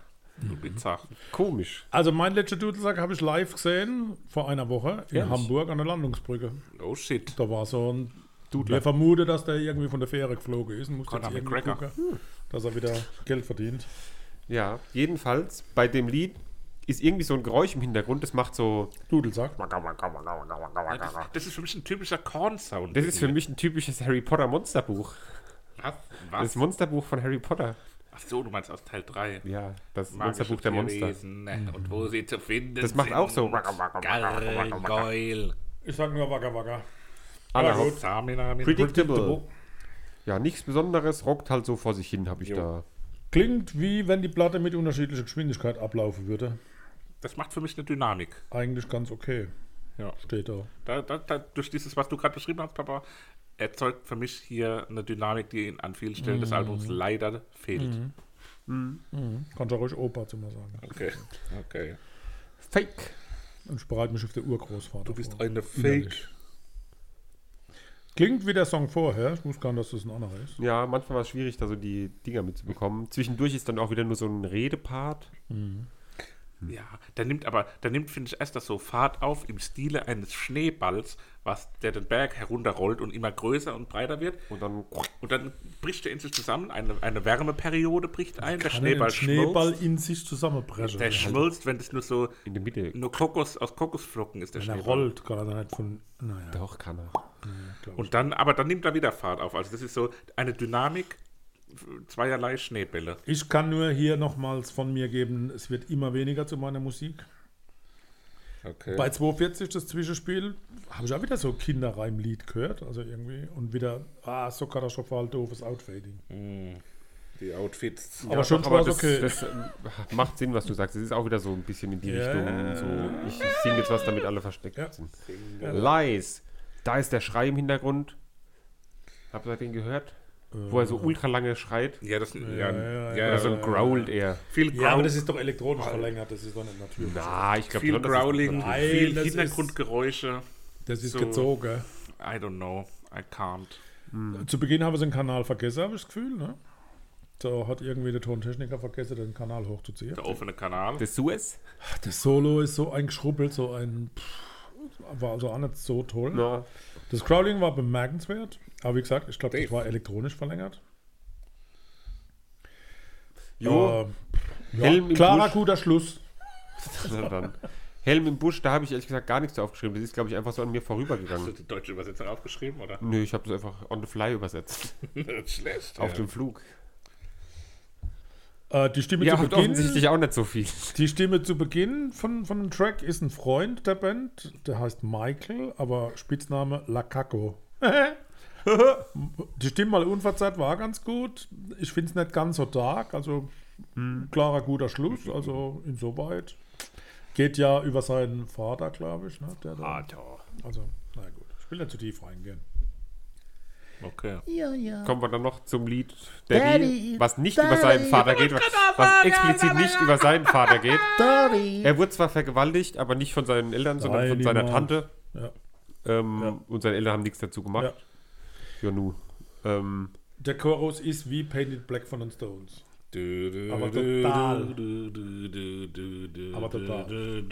Speaker 1: So bizarr.
Speaker 3: Komisch.
Speaker 2: Also, mein letzter Dudelsack habe ich live gesehen, vor einer Woche, in
Speaker 3: Ehrlich?
Speaker 2: Hamburg an der Landungsbrücke.
Speaker 1: Oh shit.
Speaker 2: Da war so ein.
Speaker 3: Dudler.
Speaker 2: Wir vermuten, dass der irgendwie von der Fähre geflogen ist und muss
Speaker 1: Conor
Speaker 2: jetzt irgendwie
Speaker 1: McGregor.
Speaker 2: gucken,
Speaker 3: Hm.
Speaker 2: dass er wieder Geld verdient.
Speaker 3: Ja, jedenfalls, bei dem Lied ist irgendwie so ein Geräusch im Hintergrund, das macht so.
Speaker 2: Dudelsack.
Speaker 1: Das, das ist für mich ein typischer Korn-Sound.
Speaker 3: Das ist für mich ein typisches Harry Potter Monsterbuch.
Speaker 1: Was?
Speaker 3: Das
Speaker 1: Was?
Speaker 3: Monsterbuch von Harry Potter.
Speaker 1: Ach so, du meinst aus Teil 3.
Speaker 3: Ja, das
Speaker 1: Magische
Speaker 3: Monsterbuch der Monster.
Speaker 1: Tierwesen, ne, Und wo sie zu finden
Speaker 3: Das macht
Speaker 1: sind.
Speaker 3: auch so.
Speaker 1: Gargoyle.
Speaker 2: Ich sag nur Wagga Wagga.
Speaker 3: Aller
Speaker 2: Ja, gut.
Speaker 3: Haupt-
Speaker 1: Also Samina,
Speaker 3: Predictable. Ja, nichts Besonderes, rockt halt so vor sich hin, habe ich da.
Speaker 2: Klingt wie wenn die Platte mit unterschiedlicher Geschwindigkeit ablaufen würde.
Speaker 1: Das macht für mich eine Dynamik.
Speaker 2: Eigentlich ganz okay.
Speaker 1: Ja.
Speaker 2: Steht da.
Speaker 1: Da, da, da, durch dieses, was du gerade beschrieben hast, Papa, erzeugt für mich hier eine Dynamik, die in- an vielen Stellen
Speaker 2: Mhm.
Speaker 1: des Albums leider fehlt.
Speaker 2: Kannst du ruhig Opa zu mir sagen.
Speaker 1: Okay. okay.
Speaker 3: Fake.
Speaker 2: Und ich bereite mich auf der Urgroßvater
Speaker 1: Du bist
Speaker 2: vor.
Speaker 1: eine Fake.
Speaker 2: Innerlich. Klingt wie der Song vorher. Ich wusste gar nicht, dass das ein anderer ist.
Speaker 3: Ja, manchmal war es schwierig, da so die Dinger mitzubekommen. Zwischendurch ist dann auch wieder nur so ein Redepart.
Speaker 1: Ja, der nimmt aber, der nimmt, finde ich, erst das so Fahrt auf im Stile eines Schneeballs, was der den Berg herunterrollt und immer größer und breiter wird.
Speaker 3: Und dann
Speaker 1: Und dann bricht er in sich zusammen, eine, eine Wärmeperiode bricht ein, der
Speaker 2: Kann er den
Speaker 1: Schneeball,
Speaker 2: Schneeball
Speaker 1: schmilzt.
Speaker 2: in sich zusammenbrechen.
Speaker 1: Der schmilzt, wenn das nur so,
Speaker 3: in der Mitte.
Speaker 1: nur Kokos, aus Kokosflocken ist der
Speaker 2: Wenn er
Speaker 1: Schneeball.
Speaker 2: rollt, kann er dann halt von. Naja,
Speaker 3: Doch, kann er.
Speaker 2: glaub ich.
Speaker 1: Und dann, aber dann nimmt er wieder Fahrt auf. Also das ist so eine Dynamik äh, zweierlei Schneebälle.
Speaker 2: Ich kann nur hier nochmals von mir geben, es wird immer weniger zu meiner Musik.
Speaker 1: Okay.
Speaker 2: Bei 240 das Zwischenspiel habe ich auch wieder so Kinderreimlied gehört, also irgendwie und wieder ah so katastrophal doofes Outfading.
Speaker 1: Die Outfits.
Speaker 2: aber schon
Speaker 3: aber
Speaker 2: Spaß
Speaker 3: das,
Speaker 2: okay.
Speaker 3: das ähm, macht Sinn, was du sagst. Es ist auch wieder so ein bisschen in die
Speaker 2: Ja,
Speaker 3: Richtung.
Speaker 2: ja, ja,
Speaker 3: So, ich singe jetzt was, damit alle versteckt
Speaker 2: Ja.
Speaker 3: sind. Lies. Da ist der Schrei im Hintergrund. Habt ihr den gehört? Wo er so ultra lange schreit.
Speaker 1: Ja, das ja, ja,
Speaker 2: Ja, ja,
Speaker 1: ja,
Speaker 2: Äh.
Speaker 1: also
Speaker 2: ja.
Speaker 3: Oder so ein growlt er.
Speaker 1: viel
Speaker 2: ja, aber
Speaker 1: Growl,
Speaker 2: das ist doch elektronisch verlängert, das ist doch nicht natürlich.
Speaker 3: Na, ich glaube,
Speaker 1: viel Growling,
Speaker 2: Nein,
Speaker 1: viel
Speaker 2: das ist-
Speaker 1: Hintergrundgeräusche.
Speaker 2: Das ist
Speaker 1: So.
Speaker 2: gezogen.
Speaker 1: I don't know. I can't.
Speaker 2: Zu Beginn haben sie den Kanal vergessen, habe ich das Gefühl, ne? Da hat irgendwie der Tontechniker vergessen, den Kanal hochzuziehen.
Speaker 1: Der offene Kanal.
Speaker 3: Das Suez?
Speaker 2: Ach, Das Solo ist so eingeschrubbelt, so ein pff, war also auch nicht so toll.
Speaker 3: Ja.
Speaker 2: Das Crowding war bemerkenswert, aber wie gesagt, ich glaube, das
Speaker 1: Dave.
Speaker 2: war elektronisch verlängert.
Speaker 3: Jo.
Speaker 2: Ähm, ja,
Speaker 3: Helm im
Speaker 2: klarer,
Speaker 3: Busch.
Speaker 2: guter Schluss.
Speaker 3: Na dann. Helm im Busch, da habe ich ehrlich gesagt gar nichts zu aufgeschrieben. Das ist, glaube ich, einfach so an mir
Speaker 1: Hast du
Speaker 3: vorübergegangen.
Speaker 1: die deutsche Übersetzung aufgeschrieben, oder?
Speaker 3: Nö, ich habe das einfach on the fly übersetzt.
Speaker 1: Schlecht.
Speaker 3: Auf
Speaker 1: ja.
Speaker 3: dem Flug.
Speaker 2: Äh, die Stimme
Speaker 3: Ihr
Speaker 2: zu
Speaker 3: habt
Speaker 2: Beginn,
Speaker 3: offensichtlich auch nicht so viel.
Speaker 2: die Stimme zu Beginn von, von dem Track ist ein Freund der Band, der heißt Michael, aber Spitzname Lakako. die Stimme mal unverzerrt war ganz gut. Ich finde es nicht ganz so dark, also klarer guter Schluss, also insoweit. Geht ja über seinen Vater, glaube ich. Ne, der
Speaker 3: Ah,
Speaker 2: da, also, na gut, ich will nicht zu tief reingehen.
Speaker 1: Okay.
Speaker 3: Kommen wir dann noch zum Lied Daddy, was nicht über seinen Vater geht, was, was explizit nicht über seinen Vater geht. Er wurde zwar vergewaltigt, aber nicht von seinen Eltern, sondern von
Speaker 2: Daddy,
Speaker 3: seiner
Speaker 2: Mann.
Speaker 3: Tante.
Speaker 2: Ja.
Speaker 3: Ähm, Und seine Eltern haben nichts dazu gemacht. Ja, nu. Ähm,
Speaker 2: Der Chorus ist wie Painted Black von den Stones.
Speaker 1: Du, du,
Speaker 2: Aber
Speaker 1: du,
Speaker 2: total.
Speaker 1: du, du, du, du, du,
Speaker 2: Aber
Speaker 1: du,
Speaker 2: total.
Speaker 1: du,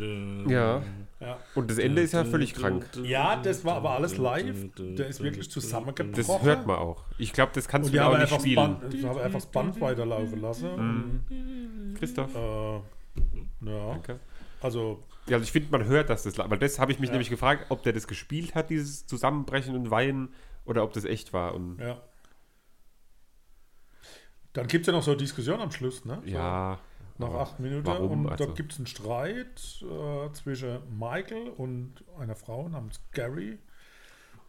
Speaker 1: du.
Speaker 3: ja.
Speaker 2: Ja.
Speaker 3: Und das Ende ist ja völlig krank.
Speaker 2: Ja, das war aber alles live. Der ist wirklich zusammengebrochen.
Speaker 3: Das hört man auch. Ich glaube, das kannst
Speaker 2: Und
Speaker 3: du
Speaker 2: die
Speaker 3: mir
Speaker 2: haben
Speaker 3: auch nicht
Speaker 2: einfach, das
Speaker 3: spielen. Mhm.
Speaker 2: Band, die haben einfach das Band weiterlaufen lassen.
Speaker 3: Christoph.
Speaker 2: Und, äh, ja,
Speaker 3: Danke.
Speaker 2: also
Speaker 3: Ja, also ich finde, man hört das. das weil das habe ich mich nämlich gefragt, ob der das gespielt hat, dieses Zusammenbrechen und Weinen, oder ob das echt war. Und
Speaker 2: ja. Dann gibt es ja noch so eine Diskussion am Schluss, ne? So
Speaker 3: ja.
Speaker 2: Nach
Speaker 3: aber
Speaker 2: acht Minuten.
Speaker 3: Warum?
Speaker 2: Und
Speaker 3: also,
Speaker 2: da gibt es einen Streit äh, zwischen Michael und einer Frau namens Gary.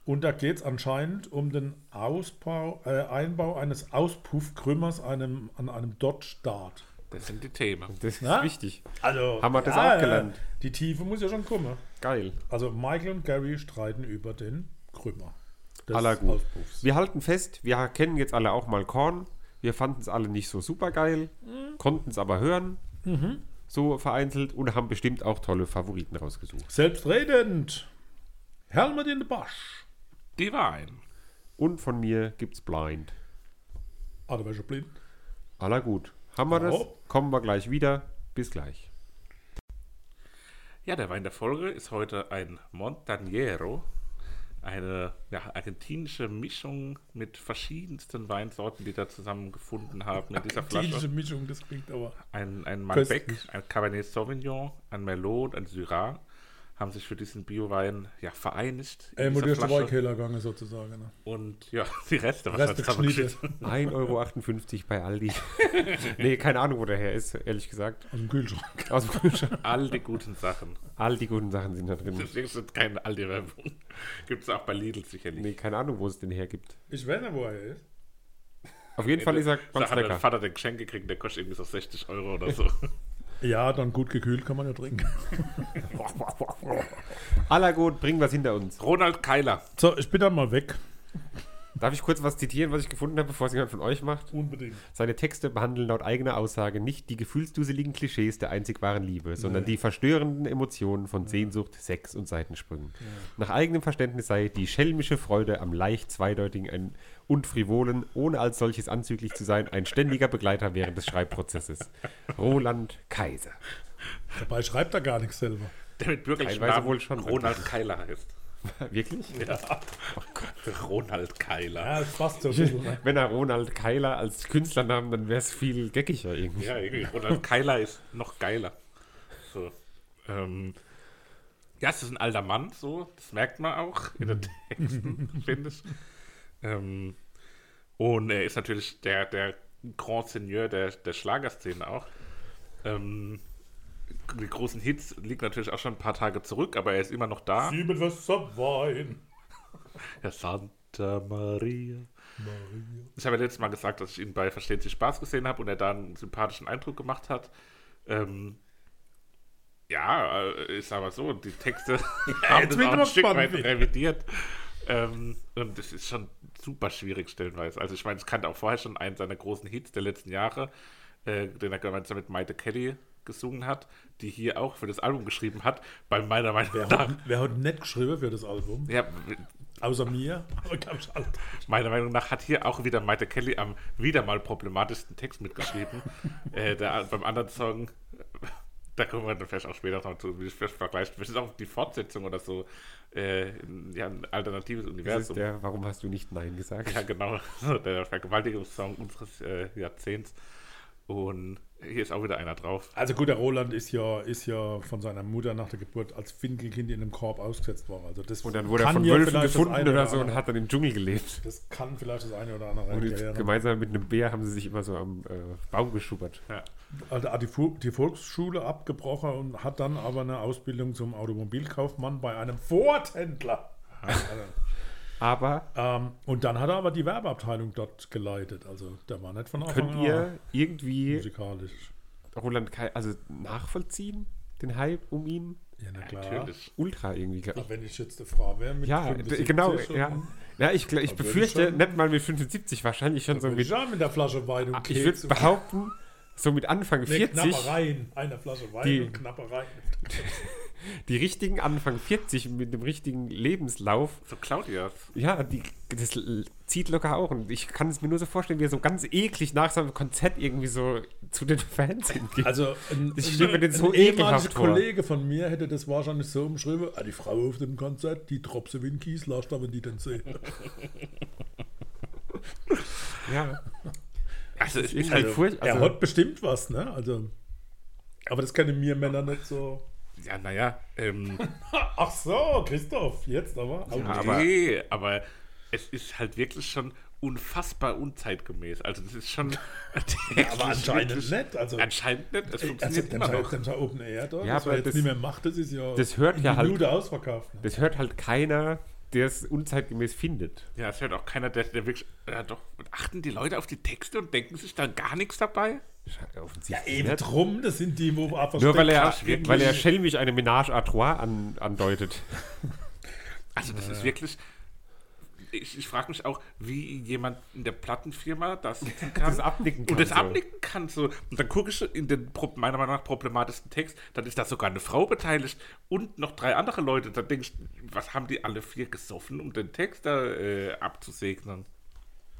Speaker 2: Und da geht es anscheinend um den Ausbau, äh, Einbau eines Auspuffkrümmers einem, an einem Dodge Dart.
Speaker 1: Das sind die Themen.
Speaker 3: das ist
Speaker 2: Na?
Speaker 3: wichtig.
Speaker 2: Also,
Speaker 3: Haben wir das auch gelernt?
Speaker 2: Die Tiefe muss ja schon kommen.
Speaker 3: Geil.
Speaker 2: Also Michael und Gary streiten über den Krümmer. des
Speaker 3: Aller gut.
Speaker 2: Auspuffs.
Speaker 3: Wir halten fest, wir kennen jetzt alle auch mal Korn. Wir fanden es alle nicht so super geil,
Speaker 2: Mhm.
Speaker 3: konnten es aber hören. So vereinzelt und haben bestimmt auch tolle Favoriten rausgesucht.
Speaker 2: Selbstredend. Helmut in the Bosch.
Speaker 1: Die war ein.
Speaker 3: Und von mir gibt's Blind.
Speaker 2: Ah, da war ich schon blind.
Speaker 3: Aller gut. Haben wir das?
Speaker 2: Oh.
Speaker 3: Kommen wir gleich wieder. Bis gleich.
Speaker 1: Ja, der Wein der Folge ist heute ein Montagnero. Eine ja, argentinische Mischung mit verschiedensten Weinsorten, die da zusammengefunden haben in dieser
Speaker 2: Klinische
Speaker 1: Flasche.
Speaker 2: Mischung, das klingt aber.
Speaker 1: Ein, ein Malbec,
Speaker 2: Köstlich.
Speaker 1: ein Cabernet Sauvignon, ein Merlot, ein Syrah haben sich für diesen Biowein ja, vereinigt. in
Speaker 2: Elmo
Speaker 1: dieser
Speaker 2: durch den
Speaker 1: Flasche.
Speaker 2: Weinkeller gegangen sozusagen. Ne?
Speaker 1: Und ja, die Reste, was
Speaker 2: Reste
Speaker 1: Reste
Speaker 2: geschnitten.
Speaker 1: geschnitten.
Speaker 2: Aus
Speaker 3: 1,58 Euro bei Aldi. nee, keine Ahnung, wo der her ist, ehrlich gesagt.
Speaker 2: dem Kühlschrank.
Speaker 3: Aus dem Kühlschrank.
Speaker 1: All die guten Sachen.
Speaker 3: All die guten Sachen sind da drin.
Speaker 1: Deswegen sind keine Aldi-Werbung. Gibt es auch bei Lidl sicherlich.
Speaker 3: Nee, keine Ahnung, wo es den hergibt.
Speaker 2: Ich weiß nicht, wo er ist.
Speaker 3: Auf jeden Fall ist er
Speaker 1: Da
Speaker 3: ganz
Speaker 1: hat mein
Speaker 3: lecker.
Speaker 1: Vater den Geschenk gekriegt, der kostet irgendwie so 60 Euro oder so.
Speaker 2: Ja, dann gut gekühlt kann man ja trinken.
Speaker 3: Aller gut, bringen wir es hinter uns.
Speaker 1: Ronald Keiler.
Speaker 2: So, ich bin dann mal weg.
Speaker 3: Darf ich kurz was zitieren, was ich gefunden habe, bevor es jemand von euch macht?
Speaker 2: Unbedingt.
Speaker 3: Seine Texte behandeln laut eigener Aussage nicht die gefühlsduseligen Klischees der einzig wahren Liebe, sondern die verstörenden Emotionen von Sehnsucht, Sex und Seitensprüngen. Nach eigenem Verständnis sei die schelmische Freude am leicht zweideutigen ein- und frivolen, ohne als solches anzüglich zu sein, ein ständiger Begleiter während des Schreibprozesses. Roland Kaiser.
Speaker 2: Dabei schreibt er gar nichts selber.
Speaker 1: Der mit bürgerlichen
Speaker 3: Teilweise
Speaker 1: Namen
Speaker 3: wohl schon.
Speaker 1: Ronald Keiler heißt.
Speaker 3: Wirklich?
Speaker 1: Oh Gott, Ronald Keiler.
Speaker 2: Ja, das passt so ein bisschen. ne?
Speaker 3: Wenn er Ronald Keiler als Künstlernamen, dann wäre es viel geckiger irgendwie.
Speaker 1: Ja, irgendwie. Ronald Keiler ist noch geiler. So. Ähm, ja, es ist ein alter Mann, so. Das merkt man auch in den Texten, finde ich. Ähm, und er ist natürlich der, der Grand Seigneur der, der Schlagerszene auch. Ähm, die großen Hits liegen natürlich auch schon ein paar Tage zurück, aber er ist immer noch da.
Speaker 2: Sieben Wasser Wein.
Speaker 1: Herr Santa Maria. Ich habe ja letztes Mal gesagt, dass ich ihn bei Verstehen Sie Spaß gesehen habe und er da einen sympathischen Eindruck gemacht hat. Ähm, ja, äh, ich sage mal so, die Texte haben
Speaker 2: jetzt
Speaker 1: das
Speaker 2: bin ich
Speaker 1: auch ein
Speaker 2: aber
Speaker 1: Stück
Speaker 2: gespannt,
Speaker 1: weit
Speaker 2: wie-
Speaker 1: revidiert. Ähm, und das ist schon super schwierig stellenweise. Also ich meine, ich kannte auch vorher schon einen seiner großen Hits der letzten Jahre, äh, den er gemeinsam mit Maite Kelly gesungen hat, die hier auch für das Album geschrieben hat, bei meiner Meinung
Speaker 2: Wer,
Speaker 1: nach.
Speaker 2: hat, wer hat nicht geschrieben für das Album?
Speaker 1: Ja,
Speaker 2: Außer mir. Aber glaub ich alle.
Speaker 1: Meiner Meinung nach hat hier auch wieder Maite Kelly am wieder mal problematischsten Text mitgeschrieben. äh, der, beim anderen Song, da kommen wir dann vielleicht auch später noch zu, wie ich vielleicht vergleiche. Vielleicht ist auch die Fortsetzung oder so äh, ein- ja, ein alternatives
Speaker 3: Das ist
Speaker 1: Universum.
Speaker 3: der, warum hast du nicht Nein gesagt?
Speaker 1: Ja, genau. So, Der Vergewaltigungssong unseres äh, Jahrzehnts. Und hier ist auch wieder einer drauf.
Speaker 2: Also gut, der Roland ist ja, ist ja von seiner Mutter nach der Geburt als Finkelkind in einem Korb ausgesetzt worden. Also das
Speaker 3: Und dann wurde
Speaker 2: kann
Speaker 3: er von
Speaker 2: ja
Speaker 3: Wölfen
Speaker 2: vielleicht das
Speaker 3: gefunden
Speaker 2: eine
Speaker 3: oder so
Speaker 2: andere-
Speaker 3: und hat dann im Dschungel gelebt.
Speaker 2: Das kann vielleicht das eine oder andere
Speaker 3: Und
Speaker 2: erklären.
Speaker 3: gemeinsam mit einem Bär haben sie sich immer so am äh, Baum geschubbert.
Speaker 1: Ja.
Speaker 2: Also hat die, Fu- die Volksschule abgebrochen und hat dann aber eine Ausbildung zum Automobilkaufmann bei einem Ford-Händler.
Speaker 3: Aber
Speaker 2: ähm, und dann hat er aber die Werbeabteilung dort geleitet. Also der war nicht von Anfang
Speaker 3: könnt ihr irgendwie
Speaker 2: musikalisch.
Speaker 3: Roland Kai also nachvollziehen? Den Hype um ihn?
Speaker 2: Ja, na klar.
Speaker 1: Natürlich.
Speaker 3: Ultra irgendwie, glaube
Speaker 2: Wenn ich jetzt eine Frau wäre mit
Speaker 3: Ja, d-
Speaker 2: 75
Speaker 3: genau.
Speaker 2: und-
Speaker 3: Ja, ja ich, gl- ich
Speaker 2: Da würde ich
Speaker 3: befürchte,
Speaker 2: schon-
Speaker 3: nicht mal mit 75 wahrscheinlich schon so
Speaker 2: Würde
Speaker 3: mit.
Speaker 2: ich auch mit der Flasche Wein und
Speaker 3: Ich
Speaker 2: Keks
Speaker 3: würde
Speaker 2: und
Speaker 3: behaupten, so mit Anfang
Speaker 2: Nee,
Speaker 3: 40,
Speaker 2: Knappereien. Eine Flasche Wein
Speaker 3: Die-
Speaker 2: und Knappereien.
Speaker 3: die richtigen Anfang 40 mit dem richtigen Lebenslauf,
Speaker 1: So Claudias.
Speaker 3: Ja, die, das l- zieht locker auch. Und ich kann es mir nur so vorstellen, wie er so ganz eklig nach seinem Konzert irgendwie so zu den Fans hingeht.
Speaker 2: Also ein,
Speaker 3: Ich stell mir den so
Speaker 2: ehemaliger
Speaker 3: ekelhaft vor.
Speaker 2: Kollege von mir hätte das wahrscheinlich so umschrieben, ah, die Frau auf dem Konzert, die tropse wie ein Kieslasch, da, wenn die den sehen.
Speaker 3: Also ja.
Speaker 1: Also es ist
Speaker 3: Halt
Speaker 1: halt.
Speaker 3: furcht-
Speaker 2: er
Speaker 3: also-
Speaker 2: hat bestimmt was, ne? Also, aber das können mir Männer nicht so.
Speaker 1: Ja, naja. Ähm,
Speaker 2: Ach so, Christoph, jetzt aber.
Speaker 1: Ja,
Speaker 2: Au-
Speaker 1: aber, nee, aber es ist halt wirklich schon unfassbar unzeitgemäß. Also das ist schon
Speaker 2: aber anscheinend nicht. Also,
Speaker 1: Anscheinend nicht. Es
Speaker 2: also
Speaker 1: funktioniert
Speaker 2: dem
Speaker 1: immer
Speaker 2: sei,
Speaker 1: noch.
Speaker 2: dem sei Open Air dort,
Speaker 3: Ja,
Speaker 2: was
Speaker 3: aber
Speaker 2: er jetzt
Speaker 3: das-
Speaker 2: nicht mehr macht, das ist ja
Speaker 3: das hört ja halt-
Speaker 2: Minute ausverkauft. Ne?
Speaker 3: Das hört halt keiner, der es unzeitgemäß findet.
Speaker 1: Ja, es hört auch keiner, der, der wirklich. Ja, doch. Achten die Leute auf die Texte und denken sich dann gar nichts dabei?
Speaker 3: Sche- halt Offensichtlich.
Speaker 2: Eben
Speaker 3: nicht.
Speaker 2: drum, das sind die, wo einfach
Speaker 3: Nur weil er,
Speaker 1: Krass, wirklich.
Speaker 3: weil er schelmisch eine Ménage à trois an, andeutet.
Speaker 1: Also das ist wirklich. Ich, ich frage mich auch, wie jemand in der Plattenfirma das sitzen kann.
Speaker 3: Das abnicken kann,
Speaker 1: Und das
Speaker 3: so.
Speaker 1: abnicken kann. So. Und dann gucke ich in den pro- meiner Meinung nach problematischsten Text, dann ist da sogar eine Frau beteiligt und noch drei andere Leute. Dann denke ich, was haben die alle vier gesoffen, um den Text da äh, abzusegnen?